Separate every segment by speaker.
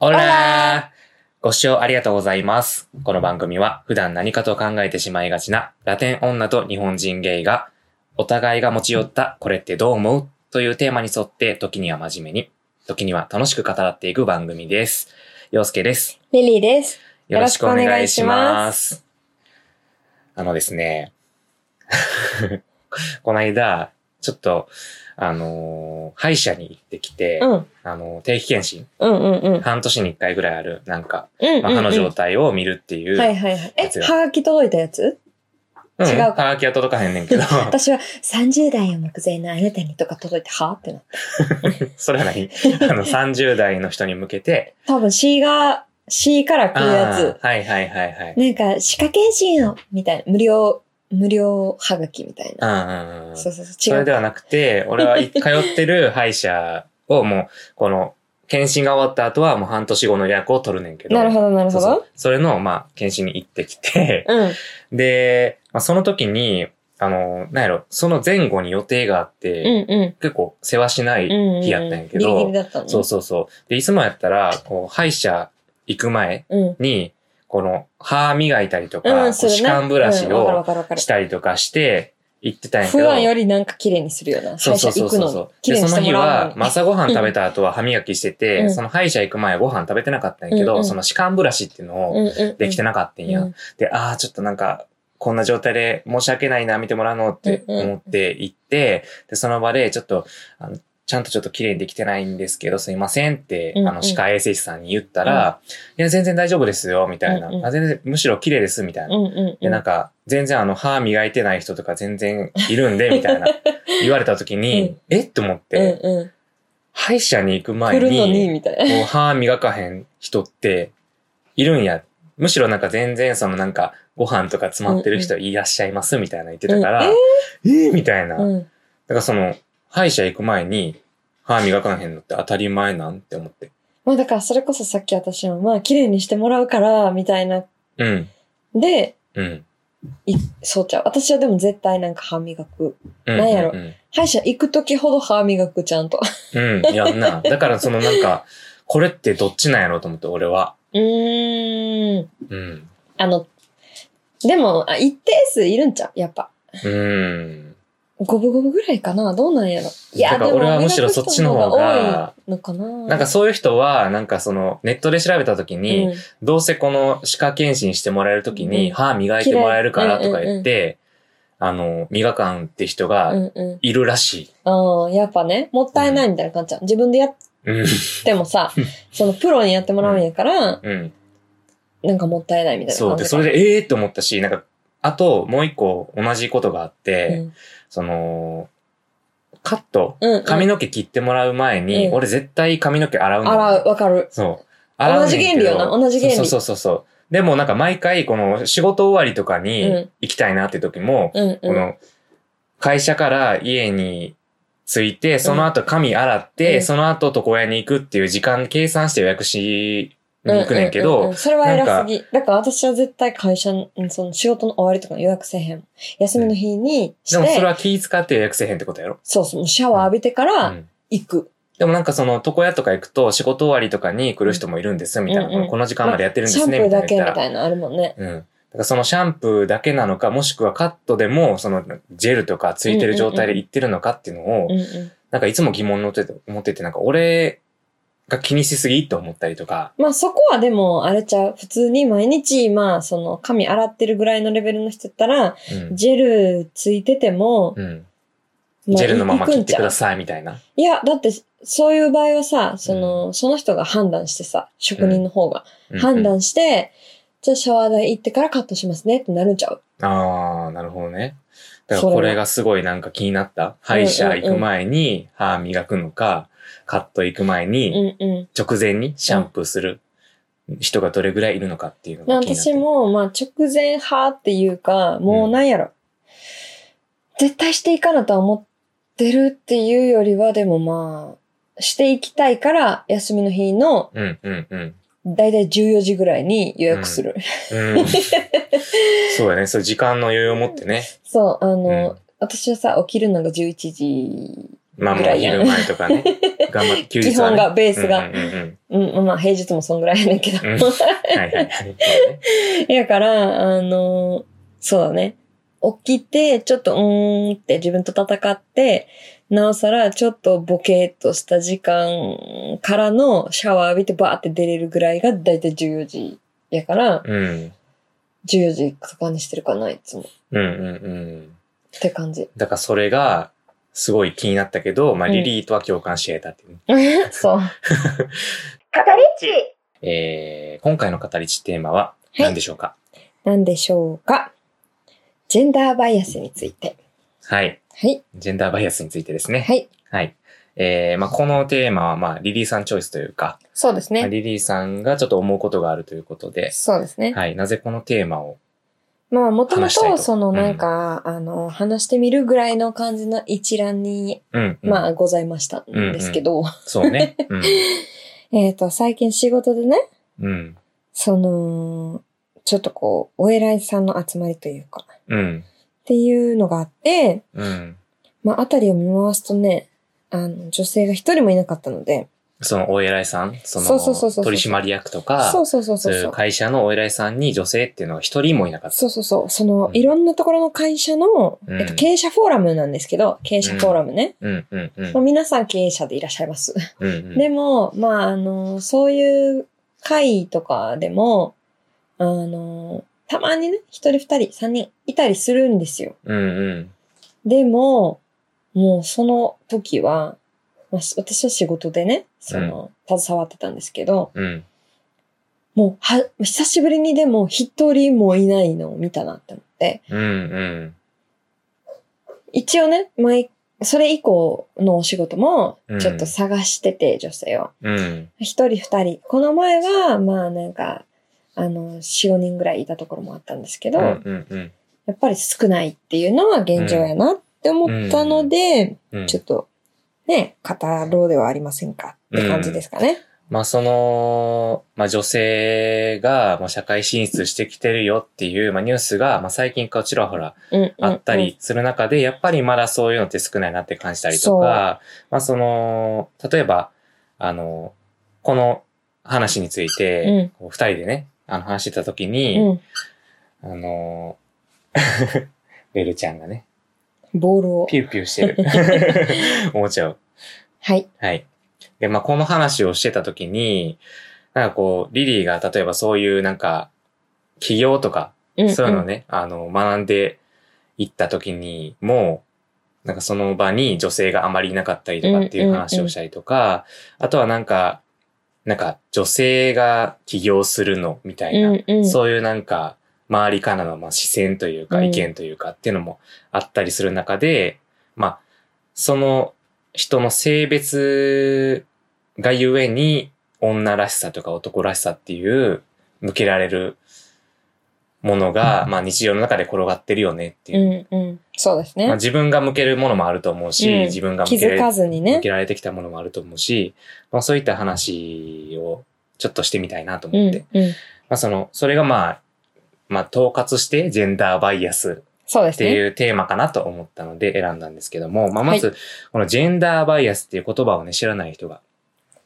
Speaker 1: オ
Speaker 2: ラー
Speaker 1: ラーご視聴ありがとうございます。この番組は普段何かと考えてしまいがちなラテン女と日本人ゲイがお互いが持ち寄ったこれってどう思うというテーマに沿って時には真面目に、時には楽しく語らっていく番組です。陽介です。
Speaker 2: リリーです。
Speaker 1: よろしくお願いし
Speaker 2: よろしくお願
Speaker 1: ま。
Speaker 2: いします
Speaker 1: あのですね、 この間、ちょっと、あのー歯医者に行ってきて、
Speaker 2: うん。うん
Speaker 1: あのー定期検診
Speaker 2: うんうん。うん
Speaker 1: 半年に一回ぐらいある、なんか、
Speaker 2: うんうん。
Speaker 1: まあ、歯の状態を見るっていう。
Speaker 2: はいはいはい。え
Speaker 1: やつ、が
Speaker 2: はがき届いたやつ
Speaker 1: うん、
Speaker 2: 違うか
Speaker 1: はがきは届かへんね んけど、
Speaker 2: 私は30代を目前のあなたにとか届いて、はってなった。
Speaker 1: それは何あの、30代の人に向けて。
Speaker 2: 多分 C が、C から来るやつ。
Speaker 1: あーはいはいはいはい。
Speaker 2: なんか、歯科検診を、みたいな。無料、無料はがきみたいな。
Speaker 1: うんうんうん。
Speaker 2: そ
Speaker 1: そう
Speaker 2: そうそう。違
Speaker 1: れ
Speaker 2: う。
Speaker 1: ではなくて、俺は通ってる歯医者をもう、この、検診が終わった後はもう半年後の予約を取るねんけど。
Speaker 2: なるほど、なるほ
Speaker 1: そうそう
Speaker 2: ど。
Speaker 1: それの、まあ、検診に行ってきて、
Speaker 2: うん。
Speaker 1: で、まあ、その時に、あの、なんやろ、その前後に予定があって、
Speaker 2: うんう
Speaker 1: 結構世話しない
Speaker 2: ん。うん。
Speaker 1: 日やったんやけど、
Speaker 2: ギリギリだったの。
Speaker 1: そうそうそう。で、いつもやったら、こう、歯医者行く前
Speaker 2: う。うん。
Speaker 1: に、この、歯磨いたりとか、
Speaker 2: う
Speaker 1: こ
Speaker 2: ん、
Speaker 1: う
Speaker 2: するね。
Speaker 1: 歯間ブラシ
Speaker 2: うんわかるわ
Speaker 1: を
Speaker 2: かるわかる
Speaker 1: し。たりとかして、行ってたんやけ
Speaker 2: 普
Speaker 1: ど。
Speaker 2: 段よりなんか綺麗にするよな。
Speaker 1: そう
Speaker 2: 会
Speaker 1: そ
Speaker 2: 社
Speaker 1: うそ
Speaker 2: 行
Speaker 1: う
Speaker 2: く
Speaker 1: そう
Speaker 2: のに
Speaker 1: そう。
Speaker 2: 綺
Speaker 1: で、
Speaker 2: 麗
Speaker 1: そ
Speaker 2: にし
Speaker 1: の
Speaker 2: ても
Speaker 1: 日
Speaker 2: らう
Speaker 1: は
Speaker 2: の、に。
Speaker 1: 朝ご飯食べた後は歯磨きしてて、
Speaker 2: うん
Speaker 1: その歯医者行く前はご飯食べてなかったんやけど、
Speaker 2: うんうん
Speaker 1: その歯間ブラシっていうのをできて
Speaker 2: な
Speaker 1: なかったんや。で、ああ、ちょっとなんか、こんな状態で申し訳ないな、見てもらうのって
Speaker 2: うんうん
Speaker 1: 思って行って、で、その場でちょっと、あのちゃんとちょっと綺麗にできてないんですけど、すいませんって、
Speaker 2: うんうん
Speaker 1: あの、歯科衛生士さんに言ったら、いや、全然大丈夫ですよ、みたいな。
Speaker 2: うんうん
Speaker 1: あ全然、むしろ綺麗です、みたいな。
Speaker 2: うんうん
Speaker 1: で、なんか、全然あの、歯磨いてない人とか全然いるんで、みた いな、言われた時に、えって思って、
Speaker 2: うんうん、
Speaker 1: 歯医者に行く前
Speaker 2: 来るのに
Speaker 1: に、
Speaker 2: みたいな。
Speaker 1: もう歯磨かへん人っているんや。むしろなんか全然そのなんかご飯とか詰まってる人いらっしゃいますみたいな言ってたから、
Speaker 2: うん
Speaker 1: えーみたいな。だ
Speaker 2: うん、
Speaker 1: からその歯医者行く前に歯磨かへんのって当たり前なんって思って。
Speaker 2: まあだからそれこそさっき私もまあ綺麗にしてもらうからみたいな
Speaker 1: うん。
Speaker 2: で
Speaker 1: うん。
Speaker 2: いそうちゃう私はでも絶対なんか歯磨く
Speaker 1: うん。
Speaker 2: なんやろ
Speaker 1: うん。
Speaker 2: 歯医者行く時ほど歯磨くちゃんと
Speaker 1: うん。うんやんな。だからそのなんか、これってどっちなんやろうと思って、俺は。
Speaker 2: うーん
Speaker 1: うん。
Speaker 2: あのでもあ一定数いるんちゃうやっぱ
Speaker 1: うん。
Speaker 2: 五分五分ぐらいかなどうなんやろいや
Speaker 1: だから
Speaker 2: でも
Speaker 1: 俺はむしろそっちの方が
Speaker 2: 多いのかな
Speaker 1: なんかそういう人は、なんかその、ネットで調べた時に、
Speaker 2: うん
Speaker 1: どうせこの歯科検診してもらえるとき
Speaker 2: う
Speaker 1: に
Speaker 2: ん
Speaker 1: 歯磨いてもらえるからとか言って、あの、磨かんって人
Speaker 2: う
Speaker 1: が
Speaker 2: んうん
Speaker 1: いるらし
Speaker 2: ああ、やっぱね、もったいないみたいな感じじゃん。自分でやっ
Speaker 1: い。うん。
Speaker 2: てもさ、そのプロにやってもらうんやから、
Speaker 1: うん。
Speaker 2: なんかもったいないみたいな
Speaker 1: そう
Speaker 2: 感じ
Speaker 1: で、それ
Speaker 2: で、
Speaker 1: でええー、と思ったし、なんか、あともう一個同じことがあって、
Speaker 2: うん
Speaker 1: その、カット、
Speaker 2: うんうん、
Speaker 1: 髪の毛切ってもらう前に、
Speaker 2: うん
Speaker 1: 俺絶対髪の毛洗うの。
Speaker 2: 洗う、わかる。
Speaker 1: そう。
Speaker 2: 同じ原理よな
Speaker 1: 洗うねんけど
Speaker 2: 同じ原理
Speaker 1: そうそうそうそう。でもなんか毎回、この仕事終わりとか
Speaker 2: うん
Speaker 1: に行きたいなって時も、
Speaker 2: うん
Speaker 1: こ
Speaker 2: うん。
Speaker 1: の、会社から家に着いて、その後髪洗っ
Speaker 2: う
Speaker 1: て、
Speaker 2: ん
Speaker 1: その後床屋に行くっていう時間計算して予約しに行くねんけ
Speaker 2: ううう
Speaker 1: ど
Speaker 2: う、それは偉すぎ。だから私は絶対会社の、その仕事の終わりとかの予約せへん。休みの日にして、
Speaker 1: でもそれは気使って予約せへんってことやろ
Speaker 2: そうそう、シャワー浴びてか
Speaker 1: う
Speaker 2: ら
Speaker 1: ん
Speaker 2: 行く。
Speaker 1: でもなんかその床屋とか行くと仕事終わりとかに来る人もいるんですみたいな、
Speaker 2: うんうん
Speaker 1: この時間までやってるんですね
Speaker 2: シャン
Speaker 1: み
Speaker 2: プ
Speaker 1: たいな
Speaker 2: ーだけ
Speaker 1: 言っ
Speaker 2: み
Speaker 1: たら。
Speaker 2: たいなのあるもんね。
Speaker 1: うん。だからそのシャンプーだけなのか、もしくはカットでも、そのジェルとかついてる状態で行ってるのかっていうのを、
Speaker 2: うんうん。
Speaker 1: なんかいつも疑問に思ってて、思っててなんか俺が気にしすぎと思ったりとか、
Speaker 2: まあそこはでも、あれちゃう。普通に毎日、まあその髪洗ってるぐらいのレベルの人やったら、
Speaker 1: うん
Speaker 2: ジェルついてても、
Speaker 1: うん。
Speaker 2: まあ
Speaker 1: ジェルのまま切っ
Speaker 2: 行くんち
Speaker 1: て
Speaker 2: ゃ
Speaker 1: く
Speaker 2: う
Speaker 1: ださいみたいな。
Speaker 2: いや、だって、そういう場合はさ、その、その人が判断してさ、職人の方が、
Speaker 1: うん
Speaker 2: 判断して、じゃあシャワー台行ってからカットしますねってなるんちゃう。
Speaker 1: ああ、なるほどね。だか
Speaker 2: そ
Speaker 1: ら
Speaker 2: れ
Speaker 1: こ
Speaker 2: は
Speaker 1: れがすごいなんか気になった。歯医者行く前に歯磨くのか、カット行く前
Speaker 2: う
Speaker 1: に
Speaker 2: んうん。
Speaker 1: 直前にシャンプーする人がどれぐらいいるのかっていうの
Speaker 2: まあ
Speaker 1: が気になって
Speaker 2: 私も、まあ直前派っていうか、もうなんやろ。絶対していかなとは思ってるっていうよりは、でもまあ、していきたいから、休みの日の、
Speaker 1: うんうんうん。
Speaker 2: だいたい14時ぐらいに予約する。
Speaker 1: うん、そうだね。そう、時間の余裕を持ってね。
Speaker 2: そう、あの、
Speaker 1: うん
Speaker 2: 私はさ、起きるのが11時
Speaker 1: まあも
Speaker 2: ぐ
Speaker 1: う
Speaker 2: らいや
Speaker 1: 昼前とか ね。頑張って、休日は、ね。
Speaker 2: 基本がベースが
Speaker 1: うんうんうん
Speaker 2: うん、まあ平日もそんぐらいやねんけど。
Speaker 1: うんうん。はいはいはい。
Speaker 2: やから、あの、そうだね。起きて、ちょっとうーんって自分と戦って、なおさらちょっとボケーっとした時間からのシャワー浴びてバーって出れるぐらいがだいたい14時やから、
Speaker 1: うん。
Speaker 2: 14時とかにしてるかな、いつも。っ
Speaker 1: うんうんうん。
Speaker 2: て感じ。
Speaker 1: だからそれが、すごい気になったけど、まあ
Speaker 2: うん
Speaker 1: リリーとは共感し得たっていう。
Speaker 2: そう。
Speaker 1: えー、今回の語り地テーマは何でしょうか
Speaker 2: なんでしょうか。ジェンダーバイアスについて。
Speaker 1: はい、
Speaker 2: はい。
Speaker 1: ジェンダーバイアスについてですね。
Speaker 2: はい。
Speaker 1: はい。えー、まあこのテーマはまあリリーさんチョイスというか、
Speaker 2: そうです
Speaker 1: まあ
Speaker 2: ね。
Speaker 1: リリーさんがちょっと思うことがあるということで、
Speaker 2: そうですね。
Speaker 1: はい。なぜこのテーマを
Speaker 2: まあ、もとも
Speaker 1: 話したい
Speaker 2: と、
Speaker 1: と
Speaker 2: そのなんか、あの、話してみるぐらいの感じの一覧に、
Speaker 1: うん、うん。
Speaker 2: まあ、ございましたんですけど、
Speaker 1: そうね。 うん。
Speaker 2: えっと、最近仕事でね、
Speaker 1: うん。
Speaker 2: その、ちょっとこう、お偉いさんの集まりというか、っ
Speaker 1: うん。
Speaker 2: ていうのがあって、
Speaker 1: うん。
Speaker 2: まあ、あたりを見回すとね、あの、女性が一人もいなかったので、
Speaker 1: そのお偉いさん、そ
Speaker 2: そうそうそ
Speaker 1: の
Speaker 2: うそう
Speaker 1: 取締役とか、
Speaker 2: そうそうそうそ
Speaker 1: そう
Speaker 2: う
Speaker 1: い
Speaker 2: そうう。
Speaker 1: 会社のお偉いさんに女性っていうのは一人もいなかった。
Speaker 2: そうそうそう。その
Speaker 1: う、ん
Speaker 2: いろんなところの会社の、
Speaker 1: うん
Speaker 2: えっと、経営者フォーラムなんですけど、経営者フォーラムね。
Speaker 1: うん、うん、うん
Speaker 2: もう皆さん経営者でいらっしゃいます。
Speaker 1: うん。うん
Speaker 2: でも、まあ、あの、そういう会とかでも、あの、たまにね、一人二人、三人いたりするんですよ。
Speaker 1: うん、うん。
Speaker 2: でも、もうその時は、まあ、し私は仕事でね、その、携わってたんですけど、
Speaker 1: うん。
Speaker 2: もう、は、久しぶりにでも一人もいないのを見たなって思って、
Speaker 1: うん、うん。
Speaker 2: 一応ね、毎、それ以降のお仕事も
Speaker 1: うん、
Speaker 2: ちょっと探してて、女性を。
Speaker 1: うん。
Speaker 2: 一人二人。この前は、まあなんか、あの、四五人ぐらいいたところもあったんですけど、
Speaker 1: うん、うん、うん。
Speaker 2: やっぱり少ないっていうのは現状やなって思ったので、
Speaker 1: うん
Speaker 2: ちょっと、ね、語ろうではありませんかって感じですかね。
Speaker 1: まあその、まあ女性がもう社会進出してきてるよっていう、まあニュースが、まあ最近こうちらほら
Speaker 2: うんうんうん
Speaker 1: あったりする中で、やっぱりまだそういうのって少ないなって感じたりとか、まあその、例えば、あの、この話につい
Speaker 2: うん
Speaker 1: て、こう二人でね、あの話してた時
Speaker 2: う
Speaker 1: に、
Speaker 2: ん。
Speaker 1: あの、 ベルちゃんがね、
Speaker 2: ボールを。
Speaker 1: ピューピューしてる おもちゃを。
Speaker 2: はい。
Speaker 1: はい。で、まあ、この話をしてたときに、なんかこう、リリーが例えばそういうなんか、企業とか、
Speaker 2: うん
Speaker 1: そういうのを。ね、あの、学んでいったときに、もう、なんかその場に女性があまりいなかったりとかっていう話をしたりとか、あとはなんか、なんか女性が起業するのみた
Speaker 2: う
Speaker 1: いな、
Speaker 2: んうん。
Speaker 1: そういうなんか、周りからのまあ視線というか、
Speaker 2: うん
Speaker 1: 意見というかっていうのもあったりする中で、まあ、その人の性別がゆえに、女らしさとか男らしさっていう、向けられるものが、まあ日常の中で転がってるよねっていうう。
Speaker 2: んうん。そうですね。
Speaker 1: まあ、自分が向けるものもあると思うし、
Speaker 2: うん
Speaker 1: 自分が
Speaker 2: 気
Speaker 1: 向けら
Speaker 2: づ
Speaker 1: れ
Speaker 2: かずに
Speaker 1: 向
Speaker 2: ね。
Speaker 1: けられてきたものもあると思うし、まあそういった話をちょっとしてみたいなと思って。
Speaker 2: うんうん。
Speaker 1: まあその、それがまあ、まあ統括してジェンダーバイアス
Speaker 2: そうで
Speaker 1: っ
Speaker 2: す
Speaker 1: て
Speaker 2: ね。
Speaker 1: いうテーマかなと思ったので選んだんですけども、まあまず、このジェンダーバイアスっていう言葉をね、知らない人が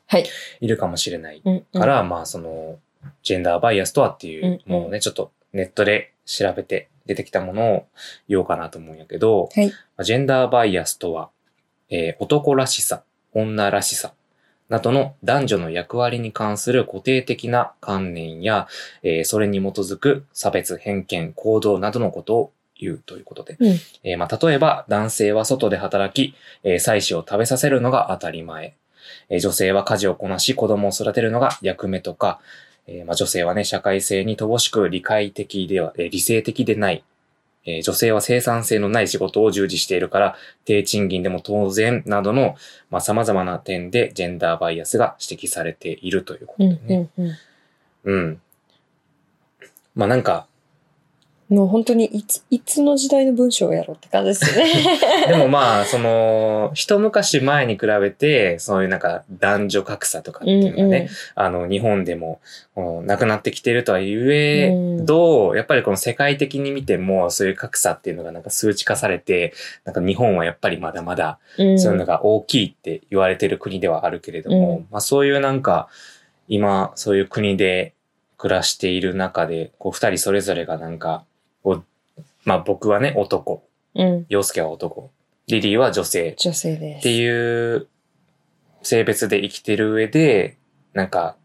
Speaker 2: はい。
Speaker 1: いるかもしれない
Speaker 2: うんうん
Speaker 1: から、まあその、ジェンダーバイアスとはっていう
Speaker 2: うんうん
Speaker 1: ものをね、ちょっとネットで調べて出てきたものを言おうかなと思うんやけど、
Speaker 2: はい。
Speaker 1: まあジェンダーバイアスとは、えー男らしさ、女らしさ、などの男女の役割に関する固定的な観念や、えーそれに基づく差別、偏見、行動などのことを言うということで。
Speaker 2: うん
Speaker 1: えーまあ、例えば、男性は外で働き、えー妻子を食べさせるのが当たり前。えー女性は家事をこなし、子供を育てるのが役目とか、えーまあ、女性はね、社会性に乏しく理解的では、えー理性的でない。えー女性は生産性のない仕事を従事しているから、低賃金でも当然などの、まあ、様々な点でジェンダーバイアスが指摘されているというこ
Speaker 2: う
Speaker 1: と
Speaker 2: ん
Speaker 1: でね。
Speaker 2: うんうん。
Speaker 1: うん。まあなんか、
Speaker 2: もう本当にいつ、いつの時代の文章をやろうって感じですよね。
Speaker 1: でもまあ、その、一昔前に比べて、そういうなんか男女格差とかっていうのがね、あの、日本でも、うんなくなってきてるとは言えど、やっぱりこの世界的に見ても、そういう格差っていうのがなんか数値化されて、なんか日本はやっぱりまだまだ、
Speaker 2: うんうん、
Speaker 1: そういうのが大きいって言われてる国ではあるけれども、
Speaker 2: う
Speaker 1: まあそういうなんか、今、そういう国で暮らしている中で、こう二人それぞれがなんか、こうまあ僕はね、男、
Speaker 2: うん、
Speaker 1: 洋介は男、リリーは女性
Speaker 2: 女性です。
Speaker 1: っていう性別で生きてる上で、なんか、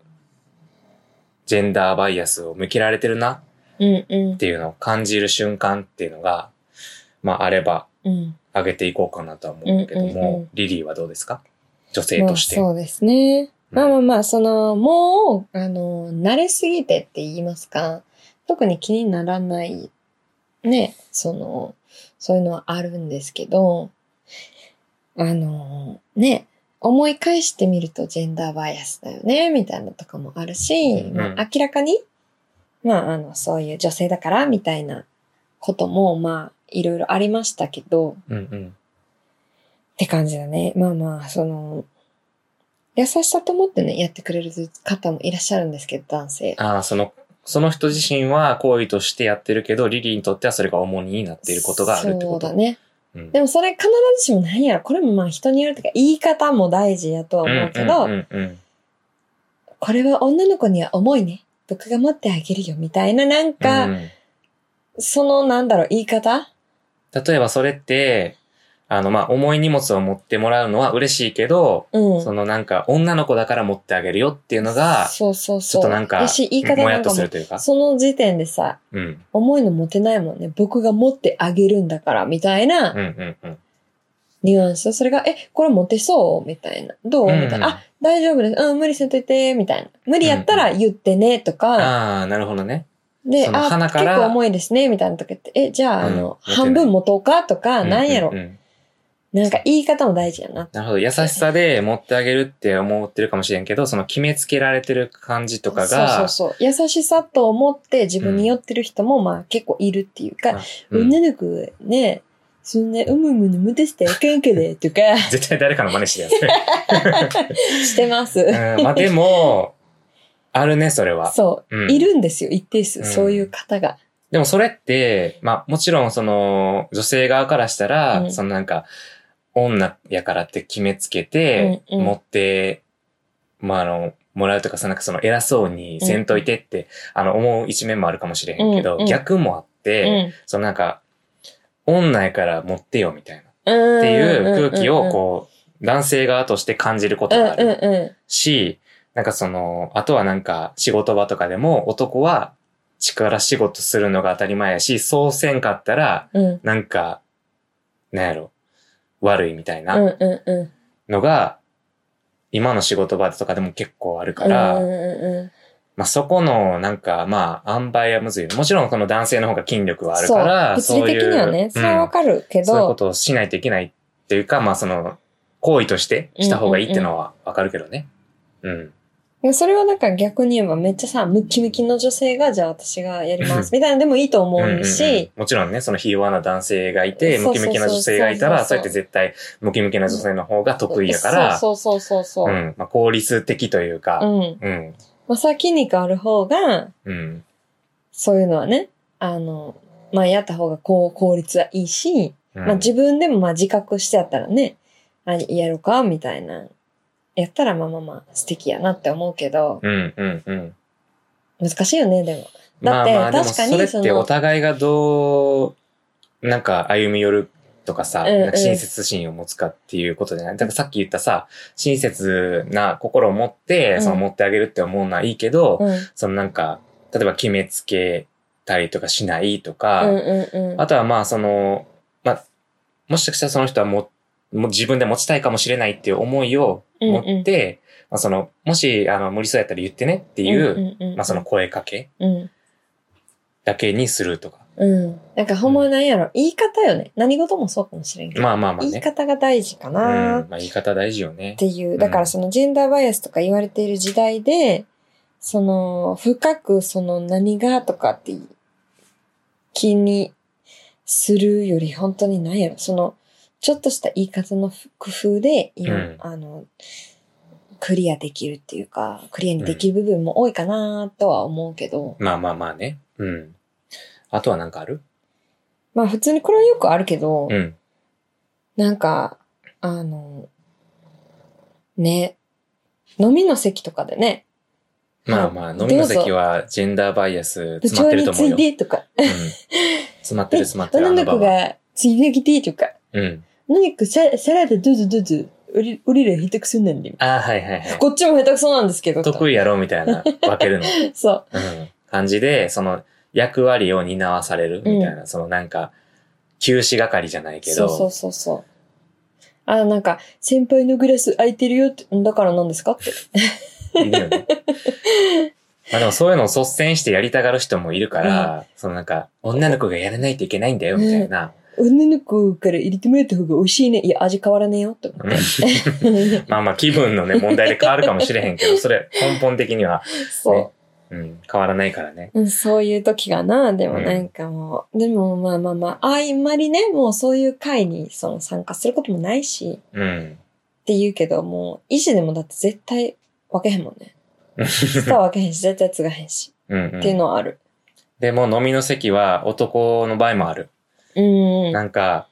Speaker 1: ジェンダーバイアスを向けられてるな
Speaker 2: うんうん
Speaker 1: っ。ていうのを感じる瞬間っていうのが、まああれば
Speaker 2: うん。
Speaker 1: 上げていこうかなとは思うけども、
Speaker 2: うんうんうん
Speaker 1: リリーはどうですか女性として。
Speaker 2: まあそうですね。
Speaker 1: うん
Speaker 2: まあまあまあ、その、もう、あの、慣れすぎてって言いますか、特に気にならない、ね、その、そういうのはあるんですけど、あの、ね、思い返してみるとジェンダーバイアスだよね、みたいなのとかもあるし、
Speaker 1: うん
Speaker 2: まあ明らかに、まあ、あの、そういう女性だから、みたいなことも、まあ、いろいろありましたけど、
Speaker 1: うんうん。
Speaker 2: って感じだね。まあまあ、その、優しさと思ってね、やってくれる方もいらっしゃるんですけど、男性。
Speaker 1: ああ、その、その人自身は行為としてやってるけど、リリーにとってはそれが重荷になっていることがあるってこと
Speaker 2: そうだ。ね。
Speaker 1: うん
Speaker 2: でもそれ必ずしも何やろ。これもまあ人によるというか、言い方も大事やとは思うけど、
Speaker 1: うんうんうんうん
Speaker 2: これは女の子には重いね。僕が持ってあげるよ、みたいな、なんか、
Speaker 1: うん
Speaker 2: そのなんだろう、言い方
Speaker 1: 例えばそれって、あの、まあ、重い荷物を持ってもらうのは嬉しいけど、
Speaker 2: うん。
Speaker 1: そのなんか、女の子だから持ってあげるよっていうのが、
Speaker 2: そうそう
Speaker 1: ち
Speaker 2: そ
Speaker 1: ょ
Speaker 2: う。
Speaker 1: っとなんか
Speaker 2: やし、言い、方
Speaker 1: もや
Speaker 2: な
Speaker 1: っ
Speaker 2: ん
Speaker 1: と
Speaker 2: か
Speaker 1: す
Speaker 2: も
Speaker 1: るというか、
Speaker 2: その時点でさ、
Speaker 1: うん。
Speaker 2: 重いの持てないもんね。僕が持ってあげるんだから、みたいな、
Speaker 1: うんうんうん。
Speaker 2: ニュアンス。それが、え、これ持てそうみたいな。どうみたいな。あ、
Speaker 1: あ
Speaker 2: 大丈夫です。うん、無理せんといて、みたいな。無理やったら言ってね、とか。
Speaker 1: あー、なるほどね。
Speaker 2: で、
Speaker 1: その
Speaker 2: あ、
Speaker 1: 鼻
Speaker 2: 結
Speaker 1: から
Speaker 2: 構重いですね、みたいなとか言って。え、じゃあ、あ
Speaker 1: うん
Speaker 2: の、
Speaker 1: 持てない
Speaker 2: 半分持とうかとか、なんやろ
Speaker 1: う。んうん
Speaker 2: なんか言い方も大事やな。
Speaker 1: なるほど。優しさで持ってあげるって思ってるかもしれんけど、その決めつけられてる感じとかが、
Speaker 2: そうそうそう。優しさと思って自分に酔ってる人も、まあ結構いるっていうか、
Speaker 1: うん
Speaker 2: 女の子ね、そんな、うむむに無てしてあけんけで、 とか、
Speaker 1: 絶対誰かの真似してるや
Speaker 2: してます。
Speaker 1: つね。うん、まあ、でも、あるね、それは。
Speaker 2: そうう。
Speaker 1: ん
Speaker 2: いるんですよ、一定数。
Speaker 1: うん
Speaker 2: そういう方が。
Speaker 1: でもそれって、まあもちろんその女性側からしたら、
Speaker 2: うん
Speaker 1: そのなんか女やからって決めつけて、
Speaker 2: うんうん
Speaker 1: 持って、まああの、もらうとかさ、なんかその偉そうにせんといてって、あの思う一面もあるかもしれへんけど、
Speaker 2: うんうん
Speaker 1: 逆もあっ
Speaker 2: う
Speaker 1: て、
Speaker 2: ん。
Speaker 1: そのなんか女やから持ってよみたいな
Speaker 2: っ
Speaker 1: っていう空気をこう男性側として感じることがある
Speaker 2: うんうんうん。
Speaker 1: し、なんかその、あとはなんか仕事場とかでも男は力仕事するのが当たり前やし、そうせんかったら、
Speaker 2: うん
Speaker 1: なんか、なんやろ、悪いみたい
Speaker 2: うん
Speaker 1: な
Speaker 2: うんうん。
Speaker 1: のが、今の仕事場とかでも結構あるから、
Speaker 2: うんう
Speaker 1: まあそこのなんかまあ塩梅はむずいよね。もちろんこの男性の方が筋力はあ
Speaker 2: ん、
Speaker 1: る
Speaker 2: そ
Speaker 1: か
Speaker 2: う
Speaker 1: ら、
Speaker 2: 物理的にはね、
Speaker 1: そ
Speaker 2: そ
Speaker 1: う
Speaker 2: れ
Speaker 1: いう
Speaker 2: は
Speaker 1: うん
Speaker 2: わかるけ
Speaker 1: そういうこ
Speaker 2: ど、
Speaker 1: とをしないといけないっていうか、まあその、行為としてした方がいいってのはわかるけどね。うん。
Speaker 2: それはなんか逆に言えばめっちゃさ、ムキムキの女性が、じゃあ私がやりますみたいなのでもいいと思
Speaker 1: うんうんう
Speaker 2: うんし、
Speaker 1: もちろんね、そのひ弱な男性がいて、
Speaker 2: そ
Speaker 1: ム
Speaker 2: うそう
Speaker 1: キ
Speaker 2: そう
Speaker 1: ムキな女性がいたら、そ
Speaker 2: そうう
Speaker 1: やって
Speaker 2: そうそう
Speaker 1: 絶対ムキムキな女性の方が得意やから、
Speaker 2: そうそうそうそうう。
Speaker 1: ん、まあ、効率的という
Speaker 2: う
Speaker 1: か、
Speaker 2: ん。
Speaker 1: うん、
Speaker 2: まあ、さ、筋肉ある方が、
Speaker 1: うん、
Speaker 2: そういうのはね、あの、まあ、やった方がこう効率はいいし、
Speaker 1: うん。
Speaker 2: まあ、自分でもまあ自覚してやったらね、あ、やろうか、みたいな。やったらまあまあまあ素敵やなって思うけど、
Speaker 1: うん、うん、うん。
Speaker 2: 難しいよね、でも。
Speaker 1: ま
Speaker 2: だ
Speaker 1: あ
Speaker 2: って
Speaker 1: まあ、でも
Speaker 2: 確か
Speaker 1: そ
Speaker 2: に
Speaker 1: れって
Speaker 2: その
Speaker 1: お互いがどう、なんか歩み寄るとかさ、
Speaker 2: うんうん
Speaker 1: なんか親切心を持つかっていうことじゃない。だからさっき言ったさ、親切な心を持って、
Speaker 2: うん
Speaker 1: その持ってあげるって思うのはいいけど、
Speaker 2: うん。
Speaker 1: そのなんか、例えば決めつけたりとかしないと
Speaker 2: う
Speaker 1: か、
Speaker 2: んうんうん。
Speaker 1: あとはまあその、まあ、もしかしたらその人はも、もう自分で持ちたいかもしれないっていう思いを持って、まあその、もし、あの、無理そうやったら言ってねっていう、
Speaker 2: んんん
Speaker 1: まあその、声かけ
Speaker 2: うん。
Speaker 1: だけにするとか。
Speaker 2: うん。なんかほんまなんやろ、言い方よね。何事もそうかもしれんけど。
Speaker 1: まあまあまあ
Speaker 2: 言い
Speaker 1: ね。
Speaker 2: 方が大事か
Speaker 1: うん。
Speaker 2: なっ
Speaker 1: まあ言い方大事よね。
Speaker 2: ていう。だからそのジェンダーバイアスとか言われている時代で、その、深くその何がとかって気にするより、本当に何やろ、その、ちょっとした言い方の工夫で、今、
Speaker 1: うん
Speaker 2: あの、クリアできるっていうか、クリアにできる部分も多いかなとは思うけど、
Speaker 1: まあまあまあね。うん。あとはなんかある
Speaker 2: まあ普通にこれはよくあるけど、
Speaker 1: うん。
Speaker 2: なんか、あの、ね、飲みの席とかでね、
Speaker 1: まあまあ、飲みの席はジェンダーバイアス
Speaker 2: 部
Speaker 1: 詰まっ
Speaker 2: 長
Speaker 1: てる
Speaker 2: に
Speaker 1: と
Speaker 2: つ
Speaker 1: 思う
Speaker 2: い
Speaker 1: よ。
Speaker 2: でとか、
Speaker 1: うん詰まってる詰まってる、あ
Speaker 2: 女
Speaker 1: の場
Speaker 2: の子
Speaker 1: は。
Speaker 2: がついできてとか、
Speaker 1: うん。
Speaker 2: 何かササラダどうぞどうぞ、俺俺ら下手くそなんで。
Speaker 1: ああ、はいはいはい。
Speaker 2: こっちも下手くそなんですけど。
Speaker 1: 得
Speaker 2: 意。
Speaker 1: 意やろみたいな、分けるの。
Speaker 2: そう。
Speaker 1: うん感じで、その役割を担わされるみたいな、そのなんか、休止係じゃないけ
Speaker 2: そ
Speaker 1: ど、
Speaker 2: うそうそうそう。あ、なんか、先輩のグラス空いてるよって、だから何ですかって。
Speaker 1: いるよね。 まあでもそういうのを率先してやりたがる人もいるから、そのなんか、女の子がやらないといけないんだよみたいな。
Speaker 2: 女の子から入れてもらった方が美味しいね。いや、味変わらねえよって。
Speaker 1: まあまあ気分のね、問題で変わるかもしれへんけど、それ根本的には、
Speaker 2: そう。
Speaker 1: うん、変わらないからね。
Speaker 2: うん、そういう時がな、でも
Speaker 1: うん
Speaker 2: なんかもう、でもまあまあまあ、あんまりね、もうそういう会にその参加することもないし、
Speaker 1: うん。
Speaker 2: って言うけど、もう、意地でもだって絶対分けへんもんね。スター分けへんし、絶対継がへんし、
Speaker 1: うん、う。
Speaker 2: っていうんのはある。
Speaker 1: でも飲みの席は男の場合もある。
Speaker 2: うん。
Speaker 1: なんか、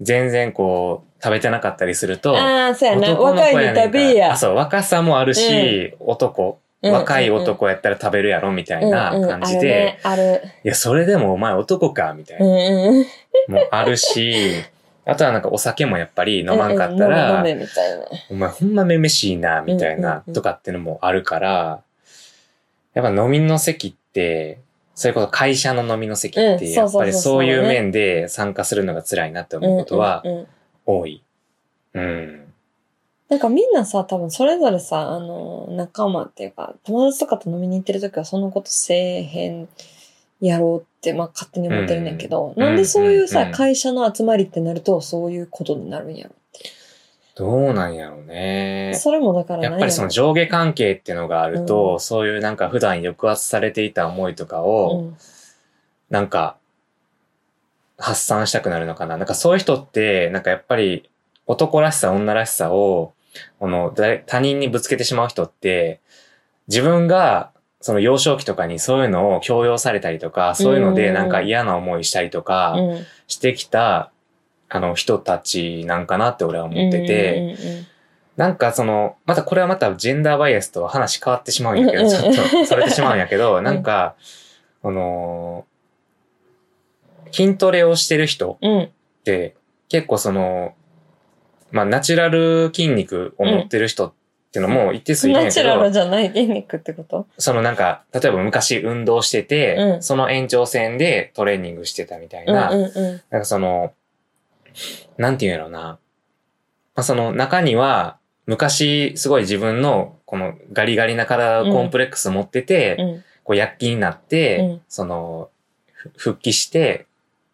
Speaker 1: 全然こう、食べてなかったりすると、
Speaker 2: ああ、そうやな。
Speaker 1: 男の子
Speaker 2: 若い
Speaker 1: やねん
Speaker 2: の
Speaker 1: から
Speaker 2: 食べや
Speaker 1: あ。そう、若さもあるし、男、
Speaker 2: うん
Speaker 1: 若い男やったら食べるやろ、みたいな感じで、
Speaker 2: うんうん、あるね、
Speaker 1: いや、それでもお前男か、みたい
Speaker 2: ある。う
Speaker 1: な、
Speaker 2: んうん。
Speaker 1: もあるし、あとはなんかお酒もやっぱり飲まんかった
Speaker 2: うんうん
Speaker 1: ら、
Speaker 2: 飲め飲めみたいな。
Speaker 1: お前ほんまめめしいな、みたい
Speaker 2: うんう
Speaker 1: なん
Speaker 2: うん
Speaker 1: とかってのもあるから、やっぱ飲みの席って、それこそ会社の飲みの席っ
Speaker 2: う
Speaker 1: て、
Speaker 2: ん
Speaker 1: やっぱり
Speaker 2: そうそうそう
Speaker 1: そういう
Speaker 2: そうね
Speaker 1: 面で参加するのが辛いなって思うことは
Speaker 2: うんうんうん
Speaker 1: 多い。うん。
Speaker 2: なんかみんなさ、多分それぞれさ、あの、仲間っていうか、友達とかと飲みに行ってる時はそんなことせえへんやろうって、まあ勝手に思ってるねんけど、
Speaker 1: うん
Speaker 2: なんでそういう
Speaker 1: うん
Speaker 2: さ、
Speaker 1: うん
Speaker 2: 会社の集まりってなるとそういうことになるんやろっていう。
Speaker 1: どうなんやろうね。
Speaker 2: それもだから
Speaker 1: やっぱりその上下関係っていうのがあると、そういうなんか普段抑圧されていた思いとかを、
Speaker 2: の、
Speaker 1: なんか、発散したくなるのかな。なんかそういう人って、なんかやっぱり男らしさ、女らしさを、この誰他人にぶつけてしまう人って、自分が、その幼少期とかにそういうのを強要されたりとか、そういうのでなんか嫌な思いしたりと
Speaker 2: う
Speaker 1: か
Speaker 2: ん。うん
Speaker 1: してきた、あの人たちなんかなって俺は思ってて、、なんかその、またこれはまたジェンダーバイアスとは話変わってしまうんやけ
Speaker 2: うん
Speaker 1: ど、
Speaker 2: うん
Speaker 1: ちょっとそれてしまうんやけ ど、なんか、あのー筋トレをしてる人
Speaker 2: うんうんうん。
Speaker 1: って、結構その、まあナチュラル筋肉を持ってる人ってのも一定数いるん
Speaker 2: ナ
Speaker 1: や
Speaker 2: チ
Speaker 1: け
Speaker 2: ュラ
Speaker 1: ど、
Speaker 2: ルじゃない筋肉ってこと
Speaker 1: そのなんか、例えば昔運動してて、
Speaker 2: うん
Speaker 1: その延長線でトレーニングしてたみたい
Speaker 2: うん
Speaker 1: な、
Speaker 2: うんう
Speaker 1: なんかその、なんて言うんやろうな。まあ、その中には、昔すごい自分のこのガリガリな体をコンプレックス持ってて、
Speaker 2: ん。うん
Speaker 1: こう躍起になって、
Speaker 2: うん
Speaker 1: その、ふ復帰して、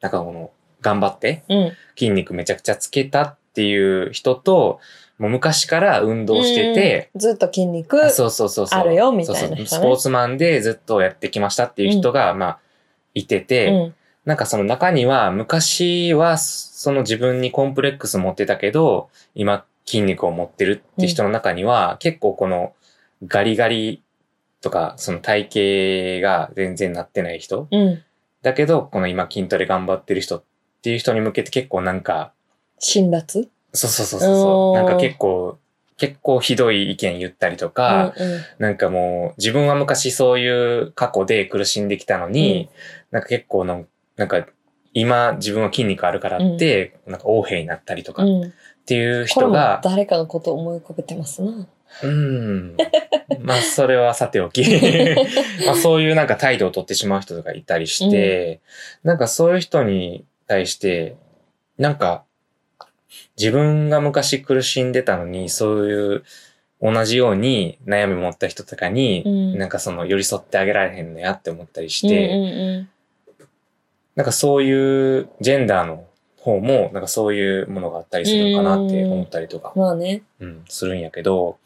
Speaker 1: なんかこの、頑張って
Speaker 2: うん。
Speaker 1: 筋肉めちゃくちゃつけたっていう人と、もう昔から運動してて、
Speaker 2: うんずっと筋肉。
Speaker 1: あそうそうそうそう。
Speaker 2: あるよみたいな人ね
Speaker 1: そうそうスポーツマンでずっとやってきましたっていう人が、まあ、いてて、
Speaker 2: うん
Speaker 1: なんかその中には、昔はその自分にコンプレックス持ってたけど、今筋肉を持ってるって人の中には、結構このガリガリとか、その体型が全然なってない人、
Speaker 2: うん。
Speaker 1: だけど、この今筋トレ頑張ってる人っていう人に向けて結構なんか、
Speaker 2: 辛辣
Speaker 1: そうそうそうそうそう、
Speaker 2: おー
Speaker 1: なんか結構、結構ひどい意見言ったりとか、
Speaker 2: うんうん
Speaker 1: なんかもう、自分は昔そういう過去で苦しんできたのに、なんか結構の、なんか、今自分は筋肉あるからって、なんか横兵になったりとかっ
Speaker 2: うん。
Speaker 1: ていう
Speaker 2: これ
Speaker 1: 人
Speaker 2: も
Speaker 1: が、
Speaker 2: 誰かのことを思い浮かべてますな。
Speaker 1: うん。まあ、それはさてお き。まあ、そういうなんか態度を取ってしまう人とかいたりして、なんかそういう人に対して、なんか、自分が昔苦しんでたのに、そういう、同じように悩み持った人とかに、
Speaker 2: うん
Speaker 1: なんかその寄り添ってあげられへんのやって思ったりして、
Speaker 2: うんうん
Speaker 1: なんかそういうジェンダーの方も、なんかそういうものがあったりするのかなって思ったりとか
Speaker 2: うん、まあね。
Speaker 1: うん、するんやけど、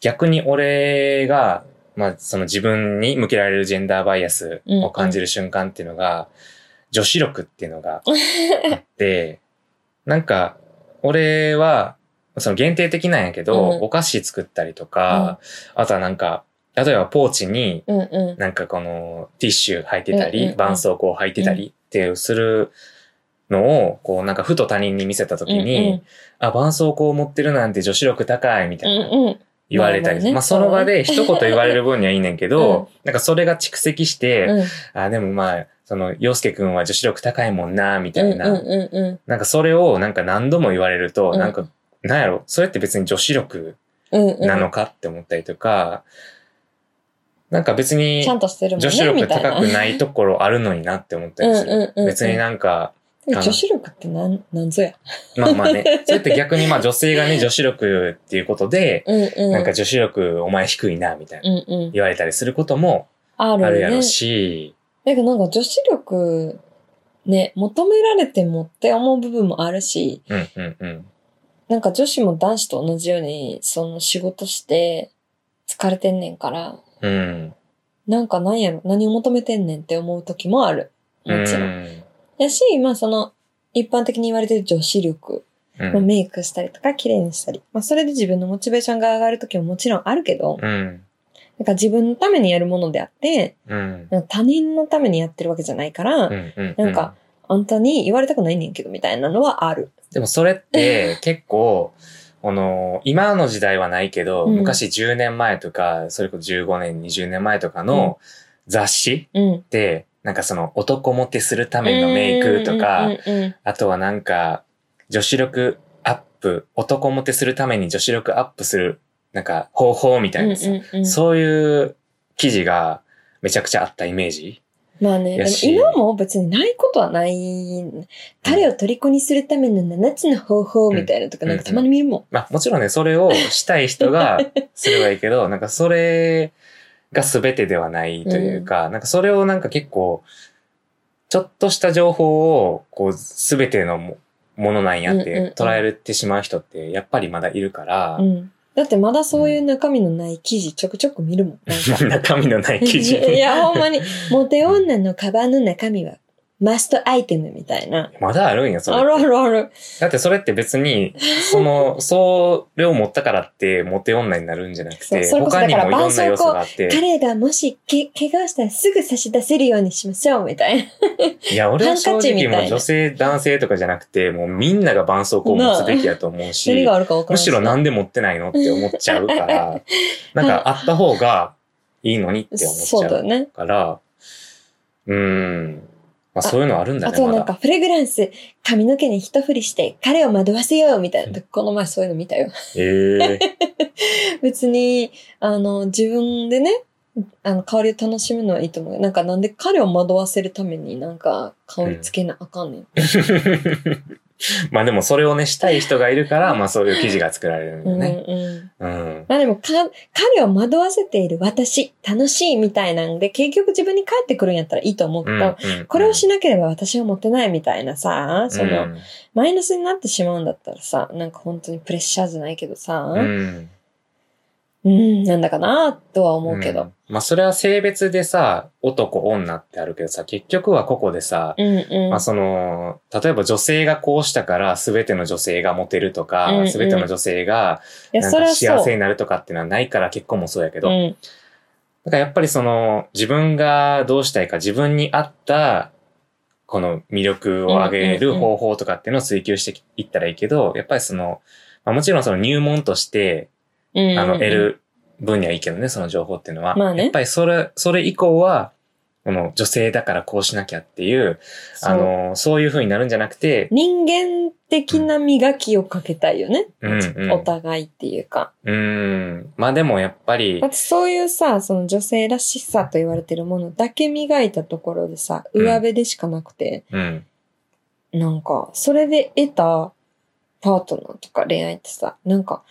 Speaker 1: 逆に俺が、まあ、その自分に向けられるジェンダーバイアスを感じる瞬間っていうのが、女子力っていうの があって、なんか、俺は、その限定的なんやけど、
Speaker 2: うん
Speaker 1: お菓子作ったりとか、あとはなんか、例えばポーチに
Speaker 2: うんう
Speaker 1: なんかこのティッシュ履いてた
Speaker 2: うんうん
Speaker 1: り、
Speaker 2: うん
Speaker 1: 絆創膏履いてたりっていうするのを、こうなんかふと他人に見せた時
Speaker 2: ん。
Speaker 1: に、あ、絆創膏持ってるなんて女子力高いみた
Speaker 2: う
Speaker 1: い
Speaker 2: ん
Speaker 1: な
Speaker 2: うん。
Speaker 1: 言われたり、
Speaker 2: まあまあね
Speaker 1: まあその場で一言言われる分にはいいねんけ ど、なんかそれが蓄積して、
Speaker 2: うん
Speaker 1: あ、でもまあ、その、洋介くんは女子力高いもんな、みた
Speaker 2: うん
Speaker 1: いな、
Speaker 2: うんう
Speaker 1: なんかそれをなんか何度も言われると、
Speaker 2: うん
Speaker 1: なんか、なんやろ、それって別に女子力
Speaker 2: んうん。うんうん
Speaker 1: なのかって思ったりとか、なんか別に
Speaker 2: ちゃんとしてるもん
Speaker 1: 女
Speaker 2: ね。
Speaker 1: 子力高く
Speaker 2: みたい
Speaker 1: ないところあるのになって思ったりす
Speaker 2: うんうん
Speaker 1: る
Speaker 2: うんう。ん
Speaker 1: 別になんか、
Speaker 2: な。女子力ってなん、なんぞや。
Speaker 1: まあまあ ね、それって逆にまあ女性がね、女子力っていうことで、
Speaker 2: うんうん。
Speaker 1: なんか女子力お前低いな、みたいな
Speaker 2: うんうん。
Speaker 1: 言われたりすることも
Speaker 2: あ
Speaker 1: ある
Speaker 2: る
Speaker 1: や
Speaker 2: よ
Speaker 1: ろ
Speaker 2: ね。
Speaker 1: し、
Speaker 2: だけどなんか女子力、ね、求められてもって思う部分もあるし、
Speaker 1: うんうんうん。
Speaker 2: なんか女子も男子と同じように、その仕事して疲れてんねんから、
Speaker 1: うん。
Speaker 2: なんかなんやろ、何を求めてんねんって思う時もある。もちろん。
Speaker 1: ん。
Speaker 2: やし、まあその、一般的に言われてる女子力、
Speaker 1: うん
Speaker 2: まあメイクしたりとか綺麗にしたり、まあそれで自分のモチベーションが上がる時ももちろんあるけど、
Speaker 1: うん。
Speaker 2: なんか自分のためにやるものであって、
Speaker 1: うん。
Speaker 2: なんか他人のためにやってるわけじゃないから、
Speaker 1: うんうん。
Speaker 2: なんか、あんたに言われたくないねんけど、みたいなのはある。
Speaker 1: でもそれって結構、あの、今の時代はないけど、
Speaker 2: うん
Speaker 1: 昔10年前とか、それこそ15年、20年前とかの雑誌
Speaker 2: うん。
Speaker 1: で、なんかその男モテするためのメイクと
Speaker 2: う
Speaker 1: か、
Speaker 2: んうんうん
Speaker 1: あとはなんか、女子力アップ、男モテするために女子力アップする、なんか方法みたいなさ、
Speaker 2: うんうん
Speaker 1: そういう記事がめちゃくちゃあったイメージ。
Speaker 2: まあね、で
Speaker 1: や
Speaker 2: も
Speaker 1: し
Speaker 2: 今も別にないことはない。彼を虜にするための7つの方法みたいなと
Speaker 1: う
Speaker 2: か、
Speaker 1: ん
Speaker 2: なんかたまに見るもん。
Speaker 1: まあもちろんね、それをしたい人がすればいいけど、 なんかそれが全てではないというか、なんかそれをなんか結構、ちょっとした情報を、こう、全てのもものなんやっ
Speaker 2: うんうんうん
Speaker 1: て捉えてしまう人って、やっぱりまだいるから、
Speaker 2: うん。だってまだそういう中身のない記事ちょくちょく見るもん。なんか
Speaker 1: 中身のない記事。
Speaker 2: いや、ほんまに、モテ女のカバンの中身はマストアイテムみたいな。
Speaker 1: まだあるんや、それっ
Speaker 2: あ
Speaker 1: て。
Speaker 2: るあるある。
Speaker 1: だってそれって別に、その、それを持ったからって、モテ女になるんじゃなく
Speaker 2: そう
Speaker 1: て、
Speaker 2: それこそ
Speaker 1: 他にもい
Speaker 2: だから
Speaker 1: ろんな要素があって、
Speaker 2: 彼がもしけ、怪我をしたらすぐ差し出せるようにしましょう、みたいな。
Speaker 1: いや、俺は正
Speaker 2: ハンカチみ
Speaker 1: 直
Speaker 2: たいな
Speaker 1: もう女性、男性とかじゃなくて、もうみんなが絆創膏を持つべきやと思う
Speaker 2: 何
Speaker 1: し、
Speaker 2: があるか分
Speaker 1: む
Speaker 2: からない。
Speaker 1: しろなんで持ってないのって思っちゃう から、なんかあった方がいいのにって思っち
Speaker 2: そう
Speaker 1: ゃ
Speaker 2: だよ
Speaker 1: う
Speaker 2: ね。
Speaker 1: から、うーん。まあそういうのあるんだ
Speaker 2: あ
Speaker 1: ね、
Speaker 2: と
Speaker 1: ま
Speaker 2: なんか
Speaker 1: だ。
Speaker 2: フレグランス、髪の毛に一振りして彼を惑わせようみたいな。この前そういうの見たよ。
Speaker 1: ええ
Speaker 2: 別に、あの、自分でね、あの、香りを楽しむのはいいと思うよ。なんかなんで彼を惑わせるためになんか香りつけなあかんねん。
Speaker 1: まあでもそれをね、したい人がいるから、まあそういう記事が作られるんだ
Speaker 2: う
Speaker 1: よ
Speaker 2: ん、
Speaker 1: ね。
Speaker 2: うん。
Speaker 1: うん。
Speaker 2: まあでもか、彼を惑わせている私、楽しいみたいなんで、結局自分に返ってくるんやったらいいと思うけ
Speaker 1: う
Speaker 2: ど、
Speaker 1: んうん
Speaker 2: これをしなければ私は持ってないみたいなさ、その、
Speaker 1: うん
Speaker 2: マイナスになってしまうんだったらさ、なんか本当にプレッシャーじゃないけどさ、
Speaker 1: うん
Speaker 2: うん、なんだかなとは思うけど。
Speaker 1: んまあそれは性別でさ、男、女ってあるけどさ、結局は個々でさ、
Speaker 2: うんうん。
Speaker 1: まあその、例えば女性がこうしたから全ての女性がモテると
Speaker 2: うんう
Speaker 1: か、
Speaker 2: ん
Speaker 1: 全ての女性が
Speaker 2: いや、
Speaker 1: なん
Speaker 2: それ
Speaker 1: か
Speaker 2: は
Speaker 1: 幸
Speaker 2: そう。
Speaker 1: せになるとかっていうのはないから結婚もそうやけ
Speaker 2: う
Speaker 1: ど、
Speaker 2: ん、
Speaker 1: だからやっぱりその自分がどうしたいか自分に合ったこの魅力を上げ
Speaker 2: うん
Speaker 1: る
Speaker 2: うんうん
Speaker 1: 方法とかっていうのを追求していったらいいけど、やっぱりその、まあ、もちろんその入門として、
Speaker 2: うん。
Speaker 1: あの、得。る分にはいいけどね、その情報っていうのは。
Speaker 2: まあね
Speaker 1: やっぱりそれ、それ以降は、この女性だからこうしなきゃっていう、
Speaker 2: そ
Speaker 1: あ
Speaker 2: う。
Speaker 1: の、そういう風になるんじゃなくて、
Speaker 2: 人間的な磨きをかけたいよね。
Speaker 1: うんうん
Speaker 2: お互いっていうか。
Speaker 1: うーん、まあでもやっぱり
Speaker 2: だ、ってそういうさ、その女性らしさと言われてるものだけ磨いたところでさ、
Speaker 1: うん
Speaker 2: 上辺でしかなくて、
Speaker 1: うん、
Speaker 2: なんか、それで得たパートナーとか恋愛ってさ、なんか、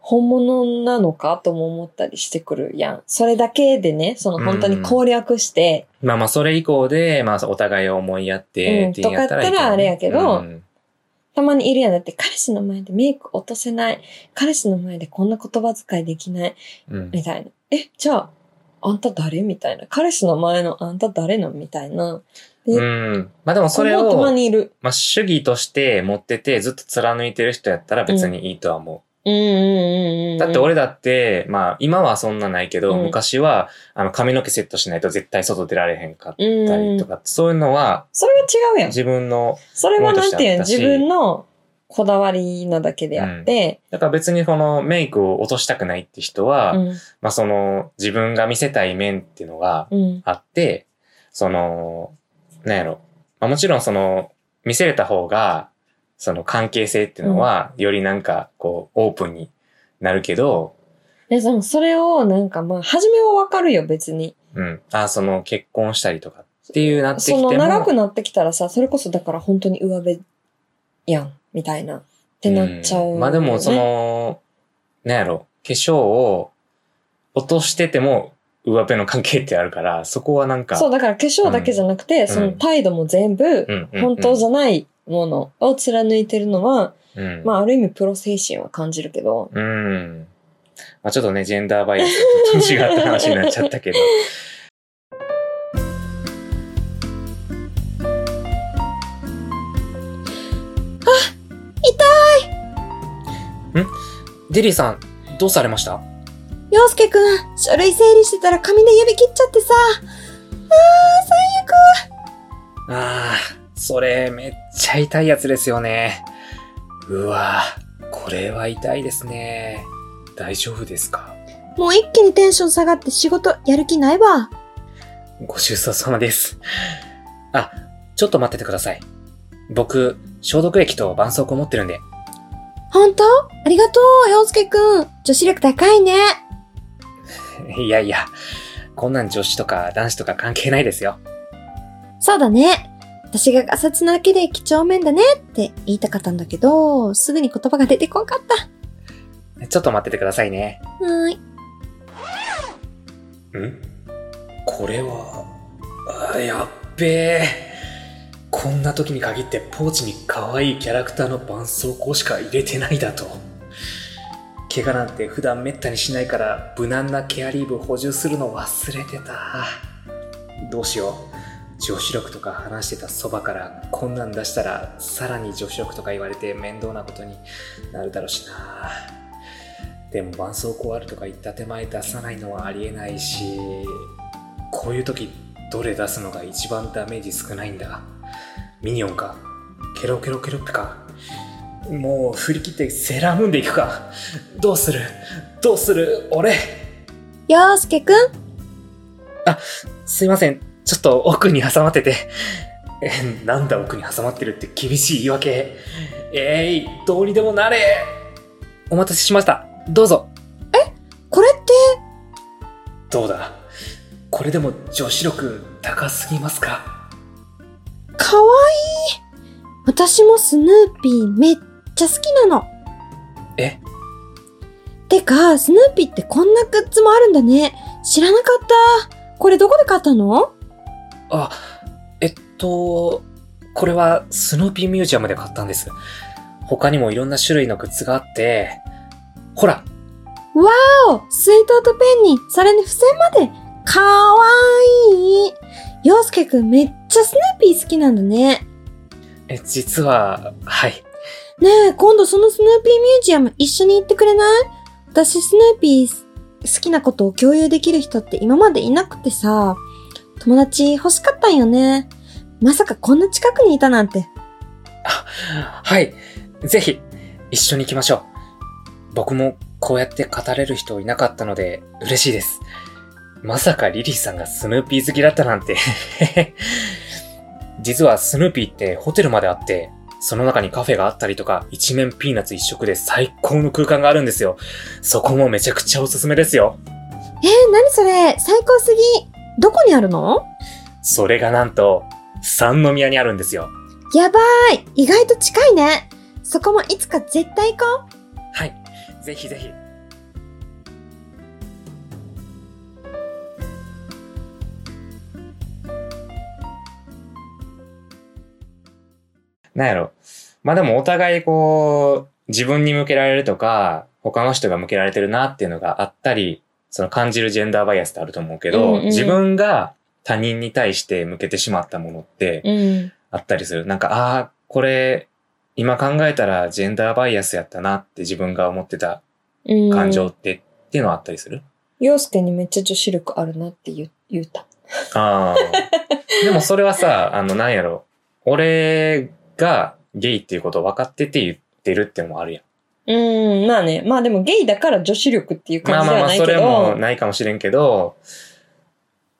Speaker 2: 本物なのかとも思ったりしてくるやん。それだけでね、その本当に攻略して、
Speaker 1: まあまあそれ以降で、まあお互いを思いやって、
Speaker 2: うん
Speaker 1: ってやったらいいけどね
Speaker 2: とかやったらあれやけ
Speaker 1: う
Speaker 2: ど
Speaker 1: ん
Speaker 2: たまにいるやん。だって彼氏の前でメイク落とせない。彼氏の前でこんな言葉遣いできない。
Speaker 1: うん
Speaker 2: みたいな。え、じゃあ、あんた誰みたいな。彼氏の前のあんた誰のみたいな。え
Speaker 1: うん。まあでもそれ
Speaker 2: 子もたま
Speaker 1: を、
Speaker 2: にいる。
Speaker 1: まあ主義として持っててずっと貫いてる人やったら別にいいとは思う。
Speaker 2: うんうんうんうん。
Speaker 1: だって、俺だって、まあ今はそんなないけど、
Speaker 2: うん
Speaker 1: 昔はあの髪の毛セットしないと絶対外出られへんかっ
Speaker 2: うん
Speaker 1: たりとか、そういうのは
Speaker 2: それは違うやん。
Speaker 1: 自分の、
Speaker 2: それはなんていう
Speaker 1: ものとし
Speaker 2: の
Speaker 1: てあったし
Speaker 2: 自分のこだわりなだけであって、
Speaker 1: だから別にこのメイクを落としたくないって人は、
Speaker 2: うん。
Speaker 1: まあその自分が見せたい面っていうのが
Speaker 2: うん。
Speaker 1: あって、その、なんやろ。まあもちろんその見せれた方が、その関係性っていうのは、よりなんかこうオープンになるけど、
Speaker 2: で、でもそれをなんかまあ、初めはわかるよ、別に。
Speaker 1: うん。あ、その結婚したりとかっていうなってきて
Speaker 2: そ
Speaker 1: も。
Speaker 2: の長くなってきたらさ、それこそだから本当に上辺やん、みたいな。ってなっちゃうよね、
Speaker 1: んまあでもその、なんやろ、化粧を落としてても上辺の関係ってあるから、そこはなんか、
Speaker 2: そう、だから化粧だけじゃなくて、その態度も全部、
Speaker 1: うんうんうん
Speaker 2: 本当じゃないものを貫いてるのは、
Speaker 1: うん。
Speaker 2: まあある意味プロ精神は感じるけど、
Speaker 1: うん。まあちょっとね、ジェンダーバイアスと違った話になっちゃった けど。あ痛いんデリーさん、どうされました
Speaker 3: 洋介くん、書類整理してたら髪で指切っちゃってさ。
Speaker 1: ああ、それめっちゃ痛いやつですよね。うわこれは痛いですね。大丈夫ですか
Speaker 3: もう一気にテンション下がって仕事やる気ないわ。
Speaker 1: ご愁傷様です。あ、ちょっと待っててください。僕、消毒液と絆創膏持ってるんで。
Speaker 3: ほんとありがとう、洋介くん。女子力高いね。
Speaker 1: いやいや、こんなん女子とか男子とか関係ないですよ。
Speaker 3: そうだね。私がガサツなだけで几帳面だねって言いたかったんだけど、すぐに言葉が出てこんかった。
Speaker 1: ちょっと待っててくださいね。
Speaker 3: はーい。
Speaker 1: んこれは、あやっべえ。こんな時に限ってポーチに可愛いキャラクターの絆創膏しか入れてないだと。怪我なんて普段めったにしないから無難なケアリーブ補充するの忘れてた。どうしよう。女子力とか話してたそばからこんなん出したらさらに女子力とか言われて面倒なことになるだろうしな。でも絆創膏あるとか言った手前出さないのはありえないしこういう時どれ出すのが一番ダメージ少ないんだミニオンかケロケロケロップかもう振り切ってセーラームーンでいくかどうするどうする俺
Speaker 3: 洋介くん、
Speaker 1: すいませんちょっと奥に挟まっててえなんだ奥に挟まってるって厳しい言い訳えいどうにでもなれお待たせしましたどうぞ
Speaker 3: これって、
Speaker 1: どうだこれでも女子力高すぎますか
Speaker 3: かわいい。私もスヌーピーめっちゃ好きなの。
Speaker 1: え
Speaker 3: てか、スヌーピーってこんなグッズもあるんだね。知らなかった。これどこで買ったの
Speaker 1: あ、えっと、これはスヌーピーミュージアムで買ったんです。他にもいろんな種類のグッズがあって、ほら、
Speaker 3: おう、水筒とペンに、それに付箋まで。かわいい。洋介くんめっちゃスヌーピー好きなんだね。
Speaker 1: え実は、はい。
Speaker 3: ねえ、今度そのスヌーピーミュージアム一緒に行ってくれない私スヌーピー好きなことを共有できる人って今までいなくてさ、友達欲しかったんよね。まさかこんな近くにいたなんて。
Speaker 1: はい。ぜひ、一緒に行きましょう。僕もこうやって語れる人いなかったので嬉しいです。まさかリリーさんがスヌーピー好きだったなんて。 実はスヌーピーってホテルまであって、その中にカフェがあったりとか、一面ピーナッツ一色で最高の空間があるんですよ。そこもめちゃくちゃおすすめですよ。
Speaker 3: えー、何それ最高すぎどこにあるの
Speaker 1: それがなんと、三宮にあるんですよ。
Speaker 3: やばい意外と近いねそこもいつか絶対行こう
Speaker 1: はい。ぜひぜひ。なんやろ。まあでもお互いこう、自分に向けられるとか、他の人が向けられてるなっていうのがあったりその感じるジェンダーバイアスってあると思うけど、
Speaker 2: うんうん
Speaker 1: 自分が他人に対して向けてしまったものって
Speaker 2: うん。
Speaker 1: あったりする。なんか、ああ、これ、今考えたらジェンダーバイアスやったなって自分が思ってた
Speaker 2: うん。
Speaker 1: 感情って、っていうのはあったりする
Speaker 2: 洋介にめっちゃ女子力あるなって言う言うた。
Speaker 1: ああ。でもそれはさ、あの、なんやろ。俺がゲイっていうことを分かってて言ってるってのもあるやん。
Speaker 2: うん、まあね。まあでもゲイだから女子力っていう
Speaker 1: ま
Speaker 2: 感
Speaker 1: あ
Speaker 2: じ
Speaker 1: まあ
Speaker 2: では
Speaker 1: まあ、
Speaker 2: ない
Speaker 1: そ
Speaker 2: け
Speaker 1: れも
Speaker 2: ど。
Speaker 1: ないかもしれんけど、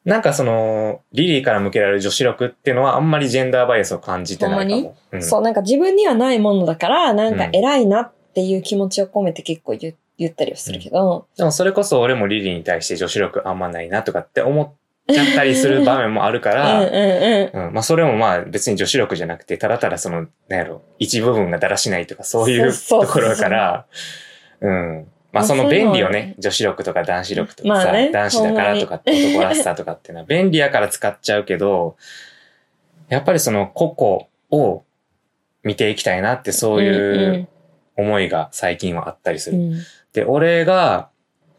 Speaker 1: なんかその、リリーから向けられる女子力っていうのはあんまりジェンダーバイアスを感じてないか
Speaker 2: ほんま
Speaker 1: も。うん
Speaker 2: そう、なんか自分にはないものだから、なんか偉いなっていう気持ちを込めて結構言う言ったりはするけど。
Speaker 1: でもそれこそ俺もリリーに対して女子力あんまないなとかって思っちゃったりする場面もあるか
Speaker 2: うんうん
Speaker 1: ら、
Speaker 2: う
Speaker 1: うん、まあそれもまあ別に女子力じゃなくて、ただただその、なんやろ、一部分がだらしないとかそういう
Speaker 2: そうそう
Speaker 1: ところから、うん。まあその便利をね、女子力とか男子力とか
Speaker 2: ま
Speaker 1: さ、
Speaker 2: あね
Speaker 1: 男子だからとかって男らしさとかっていうのは便利やから使っちゃうけど、やっぱりその個々を見ていきたいなって
Speaker 2: ん。
Speaker 1: そういう思いが最近はあったりす
Speaker 2: う
Speaker 1: る。
Speaker 2: ん。うん
Speaker 1: で、俺が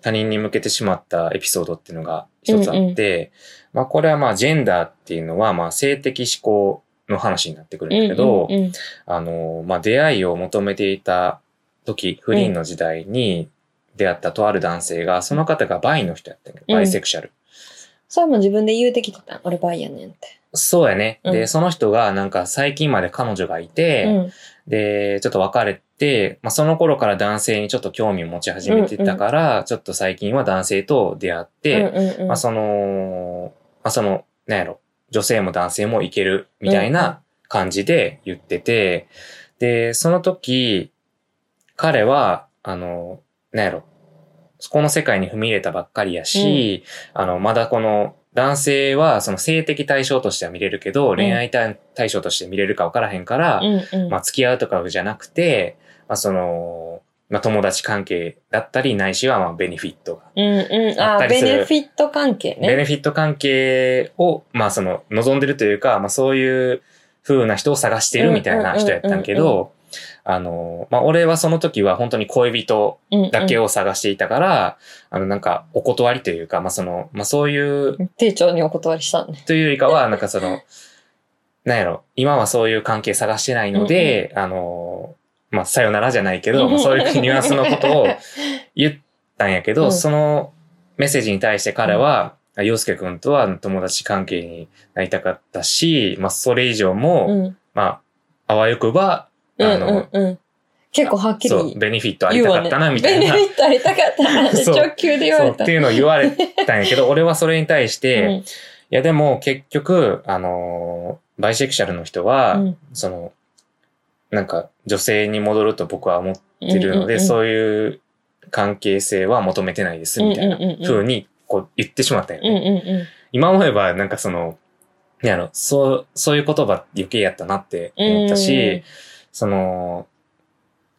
Speaker 1: 他人に向けてしまったエピソードっていうのが一つあって、まあこれはまあジェンダーっていうのはまあ性的思考の話になってくるんだけど、
Speaker 2: うんうん
Speaker 1: あの、まあ出会いを求めていた時、不倫の時代に出会ったとある男性が、その方がバイの人やったんやけど、
Speaker 2: うん
Speaker 1: バイセクシャル。
Speaker 2: それも自分で言うてきてた。俺バイやねんって。
Speaker 1: そうやね。
Speaker 2: う
Speaker 1: で、
Speaker 2: ん
Speaker 1: その人がなんか最近まで彼女がいて、
Speaker 2: うん
Speaker 1: で、ちょっと別れて、まあ、その頃から男性にちょっと興味を持ち始めてたから、ちょっと最近は男性と出会って、
Speaker 2: うんうん
Speaker 1: まあ、その、まあ、その、なんやろ、女性も男性もいけるみたい
Speaker 2: うんうん
Speaker 1: な感じで言ってて、で、その時、彼は、あの、なんやろ、この世界に踏み入れたばっかりやし、あの、まだこの、男性はその性的対象としては見れるけど、恋愛対対象として見れるか分からへんから、
Speaker 2: うんうん
Speaker 1: まあ、付き合うとかじゃなくて、まあ、その、まあ、友達関係だったり、ないしは、まあ、ベネフィットが。
Speaker 2: うんうん。
Speaker 1: あ
Speaker 2: あ
Speaker 1: った
Speaker 2: ー、
Speaker 1: り
Speaker 2: ベ
Speaker 1: する
Speaker 2: ネフィット関係
Speaker 1: ベ
Speaker 2: ね。
Speaker 1: ネフィット関係を、まあ、その、望んでるというか、まあ、そういう風な人を探してるみたいな人やったんけ
Speaker 2: うんうんうん
Speaker 1: ど、あの、まあ、俺はその時は本当に恋人だけ
Speaker 2: を。
Speaker 1: を探していたから、あの、なんか、お断りというか、まあ、その、まあ、そういう
Speaker 2: 丁重にお断りしたんね。
Speaker 1: というよりかは、なんかその、なんやろ、今はそういう関係探してないので、あの、まあ、さよならじゃないけど、まあそういうニュアンスのこと を言ったんやけど、
Speaker 2: うん
Speaker 1: そのメッセージに対して彼は、洋介くんとは友達関係になりたかったし、まあ、それ以上も、
Speaker 2: うん。
Speaker 1: まあ、あわよくば、
Speaker 2: う
Speaker 1: あ
Speaker 2: ん
Speaker 1: の、
Speaker 2: うんうん。結構はっきり
Speaker 1: そう、ベネフィットあり
Speaker 2: 言う
Speaker 1: た
Speaker 2: わ
Speaker 1: か
Speaker 2: ね。
Speaker 1: ったな、みたいな。
Speaker 2: ベネフィットありたかったな。
Speaker 1: そう
Speaker 2: 直球で言わ
Speaker 1: そ
Speaker 2: れ
Speaker 1: う、
Speaker 2: た。
Speaker 1: っていうのを言われたんやけ ど、俺はそれに対して、いやでも結局、あのーバイセクシャルの人は、
Speaker 2: うん
Speaker 1: その、なんか女性に戻ると僕は思っ
Speaker 2: うん
Speaker 1: てるので、
Speaker 2: うんうん
Speaker 1: そういう関係性は求めてないです、みたいな
Speaker 2: うんうんうんうん
Speaker 1: 風にこう言ってしまったよね。
Speaker 2: うんうんうん。
Speaker 1: 今思えばなんかその、なんやろ、そう、そういう言葉余計やったなって思ったし、
Speaker 2: うん
Speaker 1: その、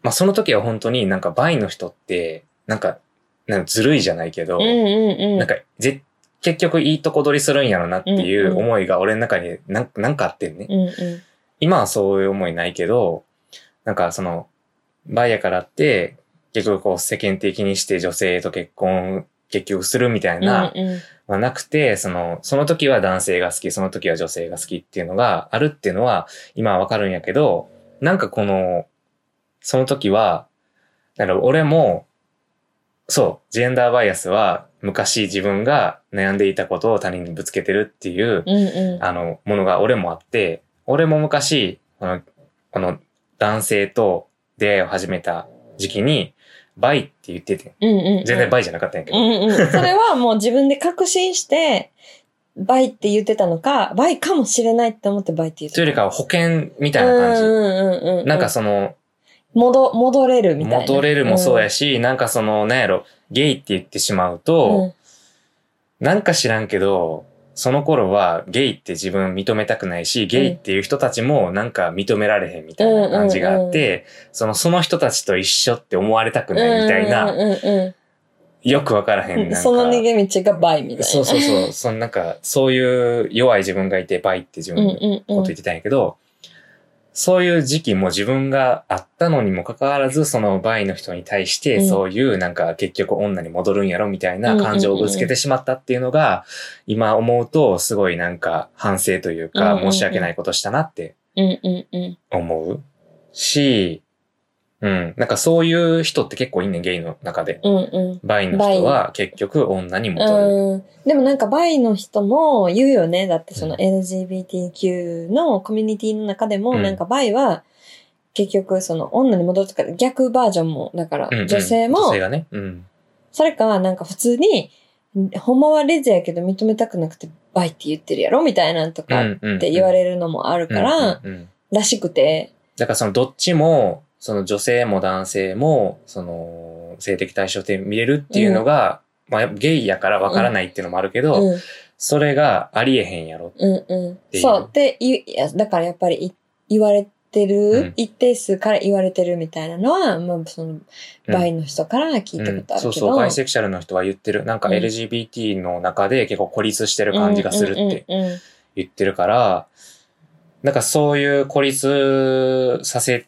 Speaker 1: まあその時は本当になんかバイの人って、なんか、なんかずるいじゃないけど、
Speaker 2: うんうんうん。
Speaker 1: なんか、ぜ、結局いいとこ取りするんやろなってい
Speaker 2: ん
Speaker 1: う
Speaker 2: うん
Speaker 1: 思いが俺の中になんなんかあってんね。
Speaker 2: うんう
Speaker 1: 今はそういう思いないけど、なんかその、バイヤからって、結局こう世間的にして女性と結婚、結局するみたい
Speaker 2: ん。
Speaker 1: な、
Speaker 2: うんうん
Speaker 1: まあなくて、その、その時は男性が好き、その時は女性が好きっていうのがあるっていうのは、今はわかるんやけど、なんかこの、その時は、だから俺も、そう、ジェンダーバイアスは昔自分が悩んでいたことを他人にぶつけてるっていう、
Speaker 2: うんうん。
Speaker 1: あの、ものが俺もあって、俺も昔、この、この男性と出会いを始めた時期に、バイって言ってて、
Speaker 2: うんうんうん。
Speaker 1: 全然バイじゃなかったんやけ
Speaker 2: う
Speaker 1: ど、
Speaker 2: んうん。それはもう自分で確信して、バイって言ってたのか、バイかもしれないって思ってバイって言って
Speaker 1: というよりかは保険みた
Speaker 2: た
Speaker 1: いな感じ。
Speaker 2: うんうんうんうん。
Speaker 1: なんかその、
Speaker 2: 戻、戻れるみたいな。
Speaker 1: 戻れるもそうやし、なんかその、なんやろ、ゲイって言ってしまうと、なんか知らんけど、その頃はゲイって自分認めたくないし、ゲイっていう人たちもなんか認められへんみたいな感じがあって、その、その人たちと一緒って思われたく
Speaker 2: うん、
Speaker 1: ないみたい
Speaker 2: うん
Speaker 1: な、
Speaker 2: うんうん
Speaker 1: よくわからへん
Speaker 2: う
Speaker 1: なんんか。
Speaker 2: その逃げ道がバイみたいな。
Speaker 1: そうそうそう、そのなんか、そういう弱い自分がいて、バイって自
Speaker 2: うん
Speaker 1: 分の
Speaker 2: うん
Speaker 1: こ
Speaker 2: う
Speaker 1: と
Speaker 2: ん
Speaker 1: 言ってたんやけど、そういう時期も自分があったのにもかかわらず、そのバイの人に対して、
Speaker 2: うん
Speaker 1: そういうなんか結局女に戻るんやろみたいな感情をぶつけてしまったっていうのが、今思うとすごいなんか反省という
Speaker 2: うん
Speaker 1: か
Speaker 2: うんうん
Speaker 1: 申し訳ないことしたなって
Speaker 2: うんうんうん。
Speaker 1: 思うし、うん、なんかそういう人って結構いんねん、ゲイの中で。
Speaker 2: うんうん。
Speaker 1: バイの人は結局女に戻る。
Speaker 2: うん、でもなんかバイの人も言うよね。だってその LGBTQ のコミュニティの中でも、
Speaker 1: うん
Speaker 2: なんかバイは結局その女に戻るとか逆バージョンも、だから
Speaker 1: うんうん
Speaker 2: 女性も、
Speaker 1: 女性がね。うん。
Speaker 2: それかなんか普通に、ほんまはレズやけど認めたくなくてバイって言ってるやろみたいなんとかっ
Speaker 1: って
Speaker 2: 言わ
Speaker 1: る
Speaker 2: れるのもあるから、らしくて、
Speaker 1: だからそのどっちも、その女性も男性も、その性的対象で見れるっていうのが、まあゲイやからわからないっていうのもあるけ
Speaker 2: う
Speaker 1: ど、
Speaker 2: ん、
Speaker 1: それがありえへんやろ。
Speaker 2: うんう
Speaker 1: てい
Speaker 2: ん。
Speaker 1: う
Speaker 2: そう。って言ういや、だからやっぱりい言われてる、
Speaker 1: うん
Speaker 2: 一定数から言われてるみたいなのは、まあ、その、
Speaker 1: うん
Speaker 2: バイの人から聞いたことあ
Speaker 1: そ
Speaker 2: る
Speaker 1: う
Speaker 2: け
Speaker 1: そ
Speaker 2: ど。
Speaker 1: う、バイセクシャルの人は言ってる。なんか
Speaker 2: うん
Speaker 1: LGBT の中で結構孤立してる感じがするって
Speaker 2: うんうんうん
Speaker 1: 言ってるから、なんかそういう孤立させ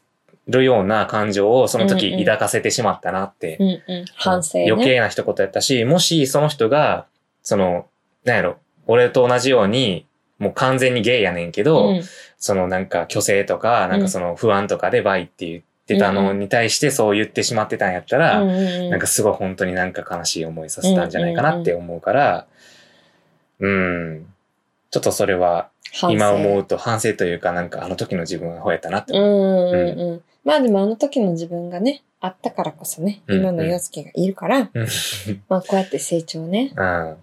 Speaker 1: るような感情をその時
Speaker 2: うんうん
Speaker 1: 抱かせてしまったなって
Speaker 2: うんうん。反省ね。
Speaker 1: 余計な一言やったし、もしその人が、その、なんやろ、俺と同じように、もう完全にゲイやねんけど、
Speaker 2: うん
Speaker 1: そのなんか虚勢とか、なんかその不安とかでバイって言ってたのに対してそう言ってしまってたんやったら、
Speaker 2: うんうんうん
Speaker 1: なんかすごい本当になんか悲しい思いさせたんじゃないかなって思うから、うんちょっとそれは
Speaker 2: 反省
Speaker 1: 今思うと反省というかなんかあの時の自分が吠えたなって。
Speaker 2: うんうんうん。まあでもあの時の自分がね、あったからこそね、
Speaker 1: うんうん
Speaker 2: 今の洋介がいるから、
Speaker 1: うん
Speaker 2: まあこうやって成長ね。
Speaker 1: うん。ま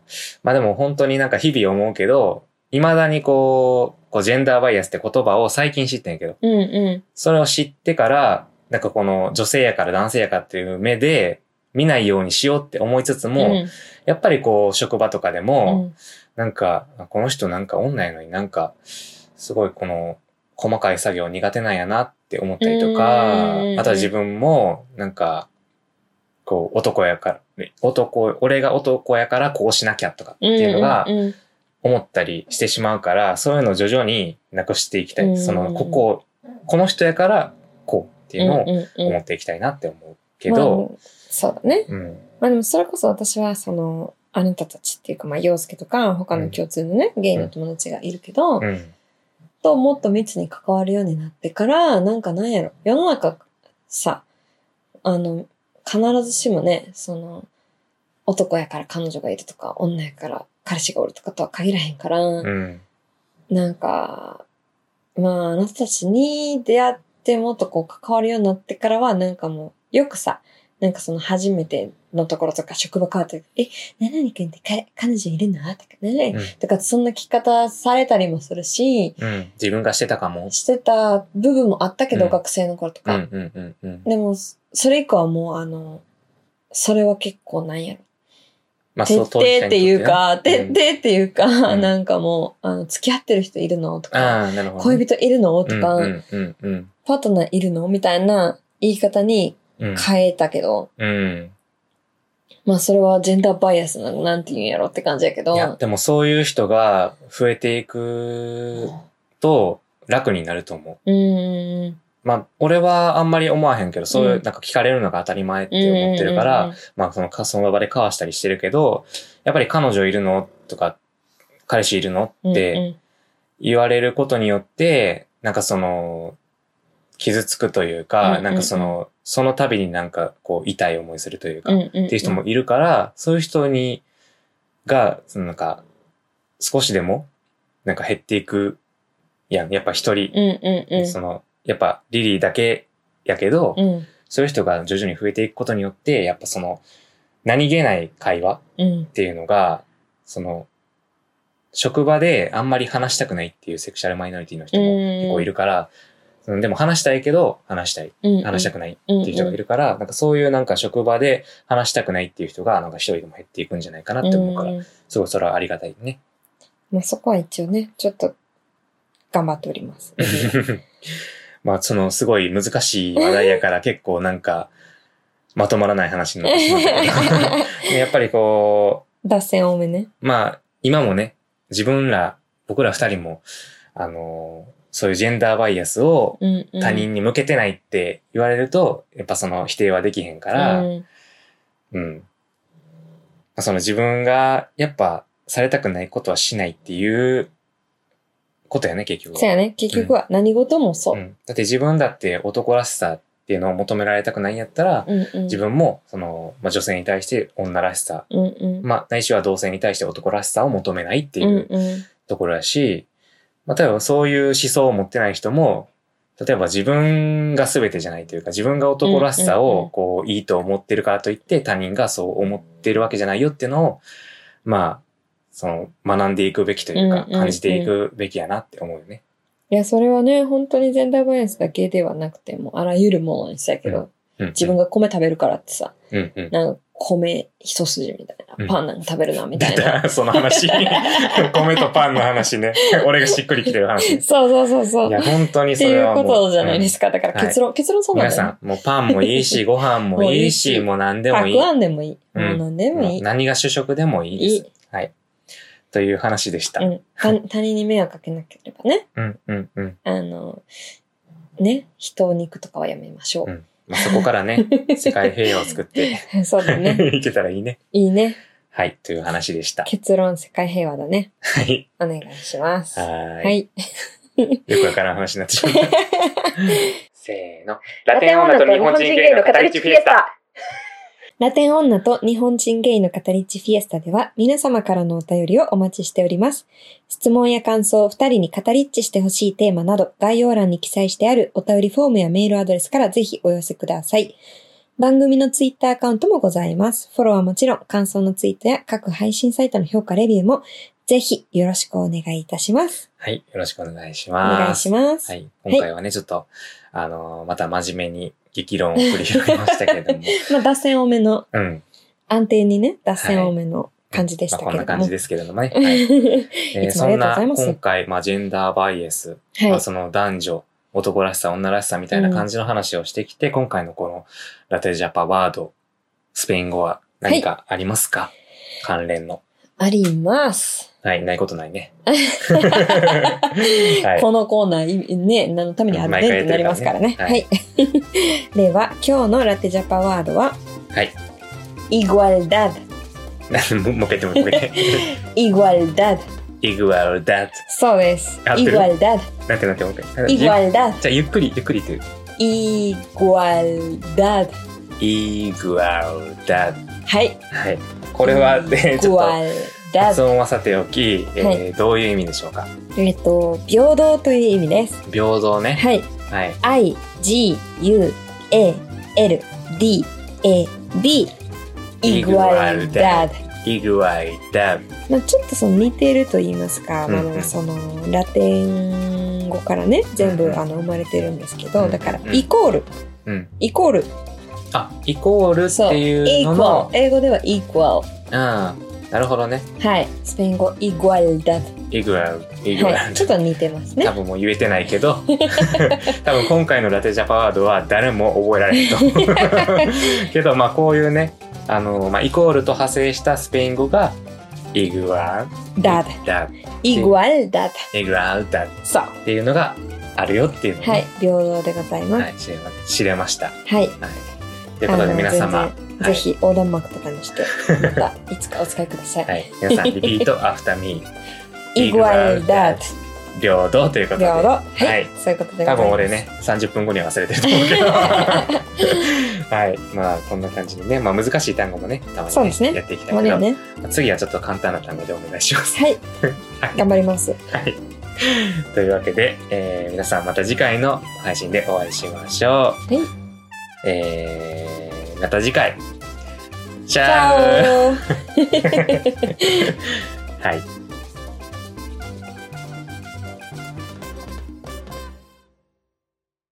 Speaker 1: あでも本当になんか日々思うけど、未だにこう、こうジェンダーバイアスって言葉を最近知ってんやけど、
Speaker 2: うんう
Speaker 1: それを知ってから、なんかこの女性やから男性やからっていう目で見ないようにしようって思いつつ
Speaker 2: ん。
Speaker 1: も、やっぱりこう職場とかで
Speaker 2: うん、
Speaker 1: も、
Speaker 2: うん
Speaker 1: なんか、あこの人なんか女やのになんか、すごいこの細かい作業苦手なんやなって思ったりとか
Speaker 2: うんうんう、ん
Speaker 1: あとは自分もなんか、こう男やから、男、俺が男やからこうしなきゃとかっていうのが
Speaker 2: うんうんうん
Speaker 1: 思ったりしてしまうから、そういうのを徐々になくしていきた
Speaker 2: うんう
Speaker 1: い。
Speaker 2: んうん
Speaker 1: その、ここ、この人やからこうっていうのを
Speaker 2: んんん
Speaker 1: 思っていきたいなって思うけど、
Speaker 2: まあそうだね。
Speaker 1: うん。
Speaker 2: まあでもそれこそ私はその、あなたたちっていうか、まあ、洋介とか他の共通のね、ゲイの友達がいるけ
Speaker 1: う
Speaker 2: ど、
Speaker 1: ん。
Speaker 2: ともっと密に関わるようになってから、なんかなんやろ、世の中さ、あの、必ずしもね、その、男やから彼女がいるとか、女やから彼氏がおるとかとは限らへんから、
Speaker 1: うん。
Speaker 2: なんか、まあ、あなたたちに出会ってもっとこう関わるようになってからは、なんかもう、よくさ、なんかその初めてのところとか職場変わって、え、何々君って彼彼女いるのとか、何々
Speaker 1: うん
Speaker 2: とか、そんな聞き方されたりもするし、
Speaker 1: うん。自分がしてたかも。
Speaker 2: してた部分もあったけど、
Speaker 1: うん
Speaker 2: 学生の頃と
Speaker 1: うん
Speaker 2: か。
Speaker 1: うんうんうん。
Speaker 2: でも、そそれ以降はもう、あの、それは結構なんやろ。
Speaker 1: まあ
Speaker 2: 徹
Speaker 1: そう
Speaker 2: 底っていう。か、
Speaker 1: 当事
Speaker 2: 徹
Speaker 1: 者
Speaker 2: 底
Speaker 1: にとってね
Speaker 2: っていうか、
Speaker 1: ん
Speaker 2: なんかもう、あの、付き合ってる人いるのとか、
Speaker 1: ああ、なるほどね。
Speaker 2: 恋人いるのとか、
Speaker 1: うんうんうん
Speaker 2: パートナーいるのみたいな言い方に
Speaker 1: うん。
Speaker 2: 変えたけど、
Speaker 1: うん。
Speaker 2: まあそれはジェンダーバイアスなのなんて言うんやろって感じやけど
Speaker 1: い、や、でもそういう人が増えていくと楽になると思う。
Speaker 2: うーん。
Speaker 1: まあ、俺はあんまり思わへんけど、そういうう、
Speaker 2: ん
Speaker 1: なんか聞かれるのが当たり前って思ってるから、まあ、そのか、その場で交わしたりしてるけど、やっぱり彼女いるのとか、彼氏いるの
Speaker 2: うんうんうん、
Speaker 1: って言われることによって、なんかその、傷つくという
Speaker 2: うんうん
Speaker 1: か、
Speaker 2: うん
Speaker 1: なんかその、その度になんかこう、痛い思いするというか
Speaker 2: うん、うんうん、っ
Speaker 1: っていう人もいるから、そういう人に、が、そのなんか、少しでも、なんか減っていくやん。やっぱ一人
Speaker 2: う、んうんうん。
Speaker 1: その、やっぱリリーだけやけど、
Speaker 2: うん
Speaker 1: そういう人が徐々に増えていくことによって、やっぱその、何気ない会話
Speaker 2: うん
Speaker 1: っていうのが、その、職場であんまり話したくないっていうセクシャルマイノリティの人も結構いるから、そのでも話したいけど、話したい。
Speaker 2: うん、
Speaker 1: 話した
Speaker 2: く
Speaker 1: くない
Speaker 2: っ
Speaker 1: っていう人がいるから、なんかそういうなんか職場で話したくないっていう人が、なんか一人でも減っていくんじゃないかなって思うから、
Speaker 2: ん
Speaker 1: すごいそれはありがたいね。
Speaker 2: まあそこは一応ね、ちょっと頑張っており ます。
Speaker 1: まあ、そのすごい難しい話題やから結構なんか、まとまらない話になってしまったけ どでやっぱりこ
Speaker 2: 脱線多めね。
Speaker 1: う、まあ、今もね、自分ら、僕ら二人も、あのーそういうジェンダーバイアスを
Speaker 2: うんうん、
Speaker 1: 他人に向けてないって言われると、やっぱその否定はできへんから、
Speaker 2: う
Speaker 1: うん。
Speaker 2: ん
Speaker 1: その自分がやっぱされたくないことはしないっていうことやね、結局は。
Speaker 2: そうやね。結局は何事もそうう。
Speaker 1: んだって自分だって男らしさっていうのを求められたくないんやったら、
Speaker 2: うんうん。
Speaker 1: 自分もその、まあ、女性に対して女らしさ、
Speaker 2: うんうん。
Speaker 1: まあ、ないしは同性に対して男らしさを求めないって
Speaker 2: う
Speaker 1: い
Speaker 2: ん
Speaker 1: う
Speaker 2: うん。
Speaker 1: ところやし、まあ、例えばそういう思想を持ってない人も、例えば自分が全てじゃないというか、自分が男らしさ
Speaker 2: うんうんう
Speaker 1: を
Speaker 2: ん
Speaker 1: こういいと思ってるからといって他人がそう思ってるわけじゃないよっていうのを、まあ、その学んでいくべきという
Speaker 2: うん
Speaker 1: か
Speaker 2: う、んうん
Speaker 1: 感じていくべきやなって思うよね。
Speaker 2: いや、それはね、本当にジェンダーバイアスだけではなくて、もうあらゆるものにしたけど、
Speaker 1: うんうん
Speaker 2: 自分が米食べるからってさ、
Speaker 1: うんうん。
Speaker 2: なんか米一筋みたい
Speaker 1: うん
Speaker 2: な、パンなんか食べるな、みたい
Speaker 1: 出
Speaker 2: な。
Speaker 1: た、その 話。米とパンの話ね。俺がしっくりきてる話。い
Speaker 2: そうそうそうそう。
Speaker 1: や、本当に
Speaker 2: って
Speaker 1: それ
Speaker 2: いう
Speaker 1: はも
Speaker 2: こ
Speaker 1: う。
Speaker 2: とじゃないです
Speaker 1: か。
Speaker 2: か。だから
Speaker 1: はい
Speaker 2: 結論、結論そうなん
Speaker 1: 皆
Speaker 2: だ
Speaker 1: さ
Speaker 2: よ
Speaker 1: ん、
Speaker 2: ね。
Speaker 1: もうパンもいいし、ご飯もい いし、
Speaker 2: もういいし
Speaker 1: もう何で
Speaker 2: た
Speaker 1: もいい。
Speaker 2: くあんでもいい。もう何でも
Speaker 1: も
Speaker 2: いうい。
Speaker 1: 何が主食でもいい
Speaker 2: い
Speaker 1: です。はい。という話でした。
Speaker 2: うん。他 他人に迷惑かけなければね。
Speaker 1: うん、うん、うん。
Speaker 2: あの、ね、人を肉とかはやめましょ
Speaker 1: うんまあ、そこから ね、世界平和を作って
Speaker 2: う。そうだね。
Speaker 1: いけたらいいね。
Speaker 2: いいね。
Speaker 1: はい、という話で した。
Speaker 2: 結論、世界平和だね。
Speaker 1: はい。
Speaker 2: お願いします。
Speaker 1: は
Speaker 2: は
Speaker 1: ーい。
Speaker 2: い。
Speaker 1: よくわからん話になって しまった。せーの。ラテン女と日本人ゲイの語り口フィエスタ。
Speaker 2: タ。ラテン女と日本人ゲイの語り口フィエスタでは皆様からのお便りをお待ちしております。質問や感想、二人に語りっちしてほしいテーマなど概要欄に記載してあるお便りフォームやメールアドレスからぜひお寄せください。番組のツイッターアカウントもございます。フォローはもちろん感想のツイートや各配信サイトの評価レビューもぜひよろしくお願いいたします。
Speaker 1: はい、よろしくお願いし
Speaker 2: お
Speaker 1: ます。
Speaker 2: 願いします。
Speaker 1: はい、今回はね、ちょっと、あのーまた真面目に激論を繰り広げましたけれど も、
Speaker 2: まあ脱線多めの
Speaker 1: うん。
Speaker 2: 安定にね、脱線多めの感じでしたけれど
Speaker 1: ま
Speaker 2: も。
Speaker 1: あ、こんな感じですけれどもね。 はい。えー
Speaker 2: いつも
Speaker 1: そ
Speaker 2: あり
Speaker 1: ん
Speaker 2: が
Speaker 1: な、
Speaker 2: とうございます
Speaker 1: 今回、まあ、ジェンダーバイアス、
Speaker 2: はい
Speaker 1: まあ、。その男女、男らしさ、女らしさみたいな感じの話をしてきて、今回のこの、ラテジャパワード、スペイン語は何かありますか、関連の。
Speaker 2: あります。
Speaker 1: はい、ないことないね。は
Speaker 2: このコーナー、いね、何のためにあるね
Speaker 1: 毎回
Speaker 2: ってなりますからね。
Speaker 1: やっ
Speaker 2: はい。 では、今日のラテジャパワードは、
Speaker 1: はい。
Speaker 2: イグアルダッド。
Speaker 1: い。 もうもう一回言ってもう一回言って。
Speaker 2: イグアルダッド。
Speaker 1: イグアルダッ
Speaker 2: そうです
Speaker 1: 合っ。て
Speaker 2: イ
Speaker 1: る
Speaker 2: グアルダッ
Speaker 1: ド。なんてなんてもう一
Speaker 2: ド。
Speaker 1: 回。
Speaker 2: イグアルダッド。
Speaker 1: じゃあ、ゆっくり、ゆっくり言って。
Speaker 2: イグアルダッド。
Speaker 1: イグアルダッ
Speaker 2: はい。
Speaker 1: はい。これは、ね、ち
Speaker 2: イ
Speaker 1: ょっ
Speaker 2: グ
Speaker 1: と
Speaker 2: ア。ルダッ
Speaker 1: 発
Speaker 2: ド。
Speaker 1: 音はさておき、えー
Speaker 2: は
Speaker 1: どういう意味でしょうか
Speaker 2: えっと、平等という意味です。
Speaker 1: 平等ね。
Speaker 2: はい。
Speaker 1: はい。
Speaker 2: I G U A L D A B イグアルダード。
Speaker 1: イグアイダブ。
Speaker 2: まあちょっとその似てると言いますか、
Speaker 1: うんうん
Speaker 2: まあそのラテン語からね全
Speaker 1: うん
Speaker 2: 部
Speaker 1: うん
Speaker 2: あの生まれてるんですけど、
Speaker 1: うん
Speaker 2: だから
Speaker 1: うん
Speaker 2: イコール
Speaker 1: うん。
Speaker 2: イコール
Speaker 1: あ、イコール
Speaker 2: そう
Speaker 1: ってい
Speaker 2: イ
Speaker 1: う
Speaker 2: コ
Speaker 1: の
Speaker 2: ー
Speaker 1: の。
Speaker 2: ル英語ではイコール
Speaker 1: うん。なるほどね。
Speaker 2: はいスペイン語イグアルダー
Speaker 1: イグアル、イグ
Speaker 2: ド
Speaker 1: アル
Speaker 2: はいちょっと似てます
Speaker 1: 多
Speaker 2: ね
Speaker 1: 分もう言えてないけど 多分今回のラテジャパワードは誰も覚えられないと思 うけどまあこういうねあの、まあ、イコールと派生したスペイン語がイグアル
Speaker 2: ダード
Speaker 1: ダ
Speaker 2: イグアルダード
Speaker 1: イグアルダ
Speaker 2: そう
Speaker 1: っていうのがあるよっていうのをね
Speaker 2: はい平等でございます
Speaker 1: はい、知れま知れました。は
Speaker 2: はい
Speaker 1: い。ということで皆
Speaker 2: あ
Speaker 1: 様
Speaker 2: の、全然
Speaker 1: はい
Speaker 2: ぜひ横断幕とか にして、またいつかお使いください。
Speaker 1: はい、皆さんリピートアフターミー
Speaker 2: イグアルダート、
Speaker 1: 平等ということで、
Speaker 2: 領土。は
Speaker 1: ではい
Speaker 2: い、そういうことでございます。
Speaker 1: 多分俺ね。30分後には忘れてると思うけ ど、はい、まあこんな感じでね、まあ難しい単語もね、たま
Speaker 2: そう
Speaker 1: に、
Speaker 2: ですね
Speaker 1: やっていきた
Speaker 2: も
Speaker 1: いうけど、
Speaker 2: ね、
Speaker 1: 次はちょっと簡単な単語でお願いします。
Speaker 2: はい
Speaker 1: は、い
Speaker 2: 頑張ります。
Speaker 1: はい。というわけで、えー皆さんまた次回の配信でお会いしましょう。はい。えー、また次回。チ
Speaker 2: チ
Speaker 1: ャオ
Speaker 2: ャ オ。
Speaker 1: はい。